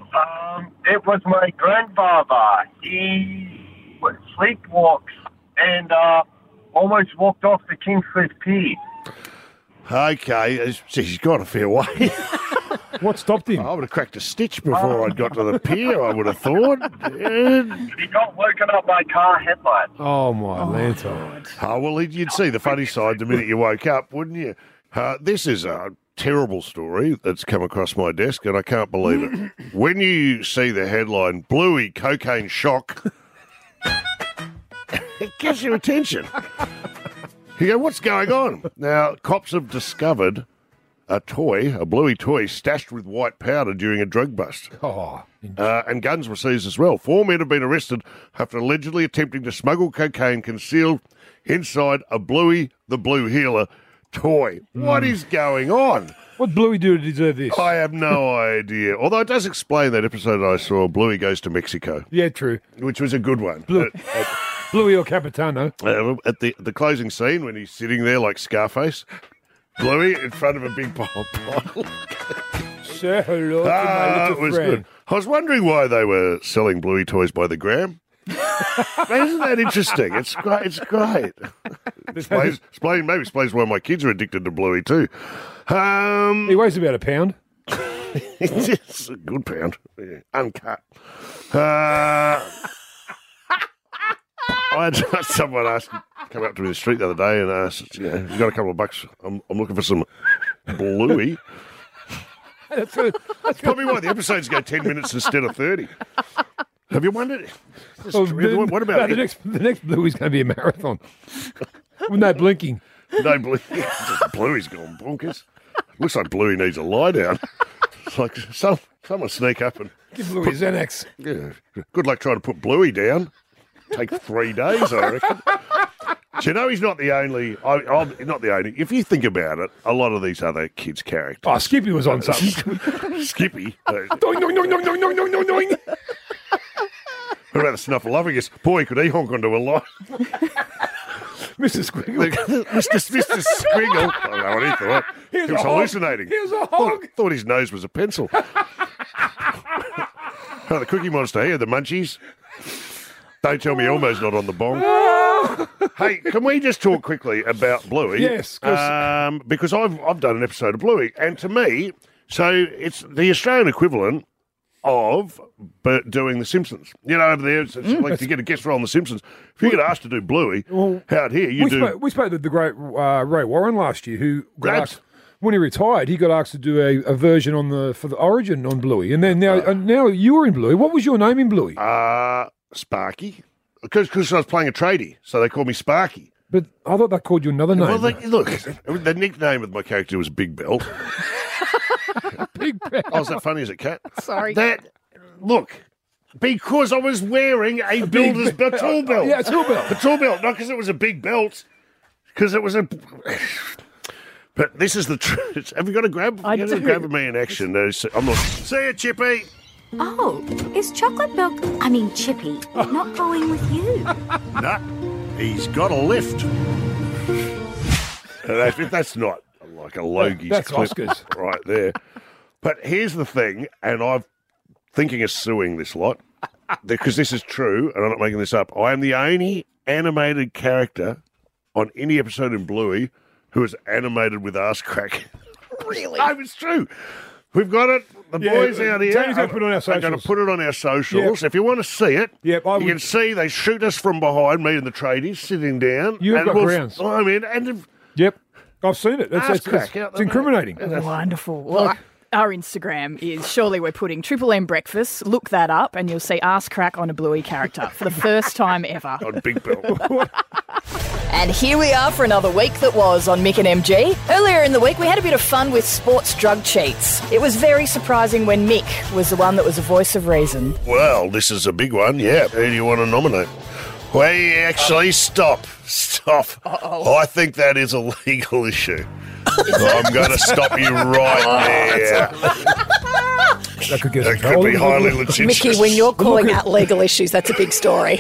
[SPEAKER 20] It was my grandfather. He w- sleepwalks and uh, almost walked off the Kingsford Pier.
[SPEAKER 3] Okay, uh, gee, he's gone a fair way. Uh,
[SPEAKER 4] what stopped him?
[SPEAKER 3] I would have cracked a stitch before I'd got to the pier. I would have thought. Yeah.
[SPEAKER 20] He got woken up by car headlights.
[SPEAKER 4] Oh my lanta!
[SPEAKER 3] Oh well, you'd see the funny side the minute you woke up, wouldn't you? Uh, this is a terrible story that's come across my desk, and I can't believe it. when you see the headline "Bluey Cocaine Shock," it gets your attention. You go, what's going on? Now, cops have discovered a toy, a bluey toy, stashed with white powder during a drug bust.
[SPEAKER 4] Oh,
[SPEAKER 3] Uh, and guns were seized as well. Four men have been arrested after allegedly attempting to smuggle cocaine concealed inside a Bluey the Blue Healer toy. What is going on?
[SPEAKER 4] What Bluey do to deserve this?
[SPEAKER 3] I have no idea. Although it does explain that episode I saw, Bluey goes to Mexico,
[SPEAKER 4] yeah, true.
[SPEAKER 3] which was a good one.
[SPEAKER 4] Blue, Bluey or Capitano?
[SPEAKER 3] Uh, at the the closing scene when he's sitting there like Scarface, Bluey in front of a big pile bottle.
[SPEAKER 4] Say hello to
[SPEAKER 3] Ah,
[SPEAKER 4] my
[SPEAKER 3] it
[SPEAKER 4] little
[SPEAKER 3] was
[SPEAKER 4] friend.
[SPEAKER 3] good. I was wondering why they were selling Bluey toys by the gram. Isn't that interesting? It's great. It's great. explains, explain, maybe explains why my kids are addicted to Bluey too. Um,
[SPEAKER 4] he weighs about a pound.
[SPEAKER 3] it's a good pound, Yeah, uncut. Uh, I had someone asked, come up to me in the street the other day and asked, you know, you got a couple of bucks? I'm, I'm looking for some Bluey.
[SPEAKER 4] That's good. That's
[SPEAKER 3] probably why the episodes go 10 minutes instead of 30. Have you wondered? Just-
[SPEAKER 4] Oh,
[SPEAKER 3] what- what
[SPEAKER 4] no,
[SPEAKER 3] about
[SPEAKER 4] the next? The next Bluey's going to be a marathon. With no blinking.
[SPEAKER 3] No, Blue, just Bluey's gone bonkers. Looks like Bluey needs a lie down. It's like some, someone sneak up and
[SPEAKER 4] give Bluey Xanax.
[SPEAKER 3] Yeah, good luck trying to put Bluey down. Take three days, I reckon. Do you know he's not the only? I, I'm not the only. If you think about it, a lot of these other kids' characters.
[SPEAKER 4] Oh, Skippy was on something.
[SPEAKER 3] Skippy. uh,
[SPEAKER 4] Doing, doing, doing, doing, doing, doing, doing, doing, doing.
[SPEAKER 3] what about the snuffleupagus? Boy, could he honk onto a line.
[SPEAKER 4] Mrs. Squiggle.
[SPEAKER 3] Mr. Mr. Squiggle. I don't know what he thought. He was,
[SPEAKER 4] a hog.
[SPEAKER 3] hallucinating.
[SPEAKER 4] He was a
[SPEAKER 3] Thought, thought his nose was a pencil. oh, the Cookie Monster here, the Munchies. Don't tell me Elmo's not on the bong. hey, can we just talk quickly about Bluey?
[SPEAKER 4] Yes, 'cause-
[SPEAKER 3] um, because I've I've done an episode of Bluey, and to me, so it's the Australian equivalent of but doing The Simpsons. You know, over there, it's,
[SPEAKER 4] Mm,
[SPEAKER 3] it's like to get a guest role on The Simpsons. If you get asked to do Bluey, out here you
[SPEAKER 4] we
[SPEAKER 3] do.
[SPEAKER 4] Spoke, we spoke to the great uh, Ray Warren last year, who got
[SPEAKER 3] Grabs.
[SPEAKER 4] asked, when he retired, he got asked to do a, a version on the for the Origin on Bluey, and then now and now you were in Bluey. What was your name in Bluey?
[SPEAKER 3] Uh, Sparky. Because I was playing a tradie, so they called me Sparky.
[SPEAKER 4] But I thought they called you another name.
[SPEAKER 3] Well, they, look, the nickname of my character was Big Bell.
[SPEAKER 4] Big Bell.
[SPEAKER 3] I was that funny as a cat.
[SPEAKER 2] Sorry.
[SPEAKER 3] That look. Because I was wearing a, builder's
[SPEAKER 4] belt.
[SPEAKER 3] belt, tool belt.
[SPEAKER 4] Yeah, a tool belt.
[SPEAKER 3] A tool belt, not because it was a big belt, because it was a. But this is the truth. Have you got a grab?
[SPEAKER 21] I
[SPEAKER 3] you got a
[SPEAKER 21] do.
[SPEAKER 3] grab of me in action. No, so- I'm not. See ya, Chippy.
[SPEAKER 21] Oh, is chocolate milk, I mean Chippy, not going with you?
[SPEAKER 3] Nah, he's got a lift. And that- if that's not like a Logie's
[SPEAKER 4] That's
[SPEAKER 3] clip
[SPEAKER 4] Oscars.
[SPEAKER 3] right there. But here's the thing, and I'm thinking of suing this lot because this is true, and I'm not making this up. I am the only animated character on any episode in Bluey who is animated with ass crack. really? No, it's true. We've got it. The
[SPEAKER 4] Yeah,
[SPEAKER 3] boys out here.
[SPEAKER 4] Tony's gonna
[SPEAKER 3] are-
[SPEAKER 4] put it on our
[SPEAKER 3] are gonna
[SPEAKER 4] socials.
[SPEAKER 3] put it on our socials.
[SPEAKER 4] Yep.
[SPEAKER 3] If you want to see it,
[SPEAKER 4] Yep, I
[SPEAKER 3] you
[SPEAKER 4] would-
[SPEAKER 3] can see they shoot us from behind, me and the tradies sitting down.
[SPEAKER 4] You've
[SPEAKER 3] and
[SPEAKER 4] got
[SPEAKER 3] we'll-
[SPEAKER 4] grounds.
[SPEAKER 3] I mean, and if,
[SPEAKER 4] Yep. I've seen it. That's,
[SPEAKER 3] Ass
[SPEAKER 4] that's, that's,
[SPEAKER 3] crack out
[SPEAKER 4] it's
[SPEAKER 3] the
[SPEAKER 4] incriminating.
[SPEAKER 2] Wonderful. Well, our Instagram is surely we're putting Triple M breakfast. Look that up, and you'll see ass crack on a bluey character for the first time ever.
[SPEAKER 3] on oh, Big Bill.
[SPEAKER 1] And here we are for another week that was on Mick and MG. Earlier in the week, we had a bit of fun with sports drug cheats. It was very surprising when Mick was the one that was the voice of reason.
[SPEAKER 3] Well, this is a big one. Yeah. Who do you want to nominate? Wait, actually, stop. Stop. I think that is a legal issue. I'm going to stop you
[SPEAKER 1] Oh,
[SPEAKER 3] right there.
[SPEAKER 4] That could get that
[SPEAKER 3] could be highly legit.
[SPEAKER 1] Mickey, when you're calling out legal issues, that's a big story.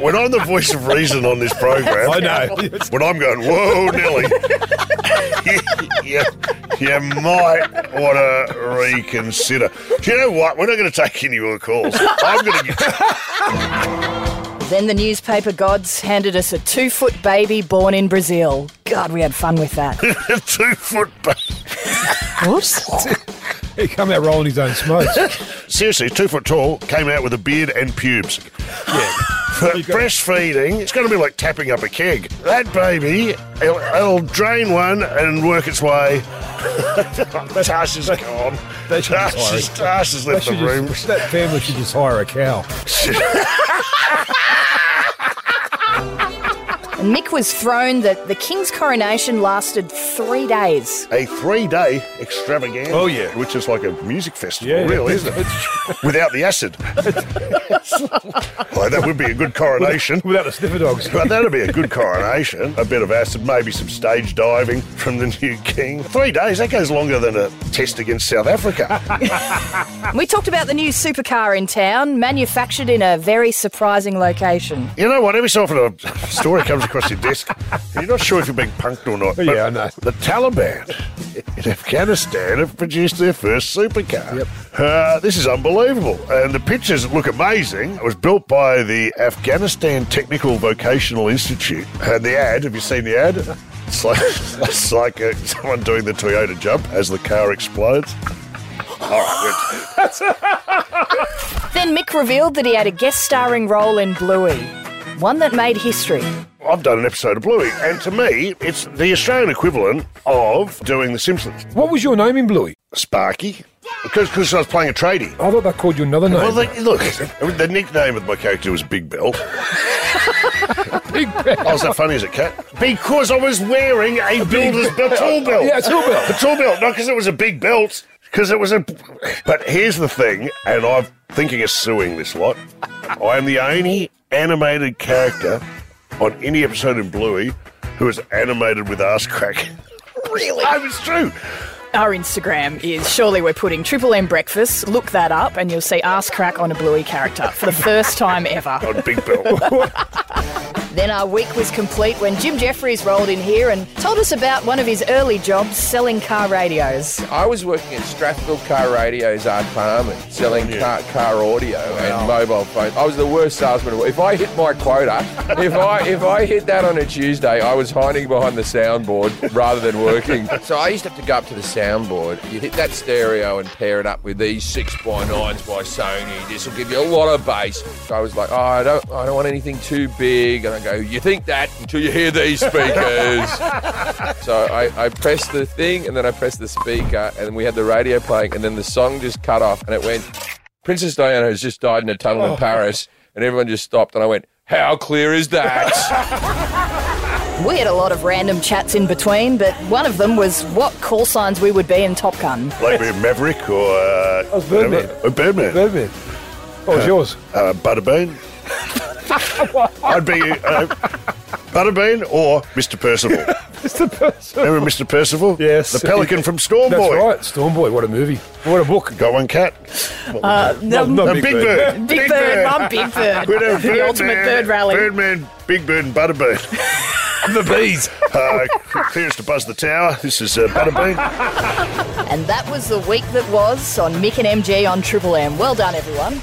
[SPEAKER 3] When I'm the voice of reason on this program,
[SPEAKER 1] I know.
[SPEAKER 3] When I'm going, whoa, Nelly, you, you might want to reconsider. Do you know what? We're not going to take any more calls. I'm going to get.
[SPEAKER 1] then the newspaper gods handed us a two foot baby born in Brazil. God, we had fun with that.
[SPEAKER 3] two foot
[SPEAKER 1] What?
[SPEAKER 4] He come out rolling his own smoke.
[SPEAKER 3] Seriously, two foot tall, came out with a beard and pubes. Yeah. breastfeeding, it's going to be like tapping up a keg. That baby, it'll, it'll drain one and work its way. Tash is gone. Tash is- Tash has left the
[SPEAKER 4] They should
[SPEAKER 3] room.
[SPEAKER 4] just- that family should just hire a cow.
[SPEAKER 1] And Mick was thrown that the king's coronation lasted three days.
[SPEAKER 3] a three-day extravaganza.
[SPEAKER 1] Oh,
[SPEAKER 3] yeah, which is like a music festival,
[SPEAKER 4] Yeah, yeah.
[SPEAKER 3] really, isn't it? Without the acid, Well, that would be a good coronation.
[SPEAKER 4] Without the sniffer dogs,
[SPEAKER 3] but that'd be a good coronation. A bit of acid, maybe some stage diving from the new king. Three days—that goes longer than a test against South Africa.
[SPEAKER 1] We talked about the new supercar in town, manufactured in a very surprising location.
[SPEAKER 3] You know what? Every so often a story comes across your desk, and you're not sure if you're being punked or not. Yeah, I know. The Taliban in Afghanistan have produced their first supercar. Yep. Uh, this is unbelievable, and the pictures look amazing. It was built by the Afghanistan Technical Vocational Institute, and the ad. Have you seen the ad? It's like it's like uh, someone doing the Toyota jump as the car explodes. All right,
[SPEAKER 1] Then Mick revealed that he had a guest starring role in Bluey, one that made history.
[SPEAKER 3] good. I've done an episode of Bluey, and to me, it's the Australian equivalent of doing The Simpsons.
[SPEAKER 4] What was your name in Bluey?
[SPEAKER 3] Sparky. Because because I was playing a tradie.
[SPEAKER 4] I thought they called you another name.
[SPEAKER 3] Well, they, look, the nickname of my character was Big Bell. Big Bell. I was that funny as a cat. Because I was wearing a, builder's belt,
[SPEAKER 4] belt.
[SPEAKER 3] tool belt.
[SPEAKER 4] Yeah, a tool belt.
[SPEAKER 3] A tool belt, not because it was a big belt, because it was a. But here's the thing, and I'm thinking of suing this lot. I am the only animated character on any episode of Bluey who is animated with ass crack. Really? Oh, it's true.
[SPEAKER 2] Our Instagram is surely we're putting Triple M breakfast. Look that up, and you'll see ass crack on a bluey character for the first time ever.
[SPEAKER 3] On Big Bell.
[SPEAKER 1] Then our week was complete when Jim Jeffries rolled in here and told us about one of his early jobs selling car radios.
[SPEAKER 10] I was working at Strathfield Car Radio's Art Farm and selling car, car audio and mobile phones. I was the worst salesman. of all. If I hit my quota, if I if I hit that on a Tuesday, I was hiding behind the soundboard rather than working. so I used to have to go up to the soundboard. You hit that stereo and pair it up with these six by nines by Sony. This will give you a lot of bass. So I was like, oh, I don't I don't want anything too big. And I go, you think that until you hear these speakers. So I, I pressed the thing and then I pressed the speaker and we had the radio playing and then the song just cut off and it went, Princess Diana has just died in a tunnel in Paris and everyone just stopped and I went, how clear is that?
[SPEAKER 1] We had a lot of random chats in between, but one of them was what call signs we would be in Top Gun.
[SPEAKER 3] Like we're Maverick or. Uh,
[SPEAKER 4] was Birdman.
[SPEAKER 3] whatever. Oh, Birdman.
[SPEAKER 4] Birdman. What was yours?
[SPEAKER 3] Uh, Butterbean. I'd be uh, Butterbean or Mr. Percival.
[SPEAKER 4] Mr. Percival.
[SPEAKER 3] Remember Mr. Percival? Yes. The Pelican from Stormboy.
[SPEAKER 4] That's right, Stormboy. What a movie. What a book.
[SPEAKER 3] Got one cat.
[SPEAKER 2] Uh,
[SPEAKER 3] Not-
[SPEAKER 2] no,
[SPEAKER 3] not Big Bird.
[SPEAKER 2] Big Bird, Mum, Big Bird.
[SPEAKER 3] We'd have
[SPEAKER 2] The
[SPEAKER 3] Birdman,
[SPEAKER 2] ultimate bird rally.
[SPEAKER 3] Birdman, Big Bird, and Butterbean. the bees. Uh, clearance to buzz the tower. This is uh, Butterbean.
[SPEAKER 1] And that was the week that was on Mick and MG on Triple M. Well done, everyone.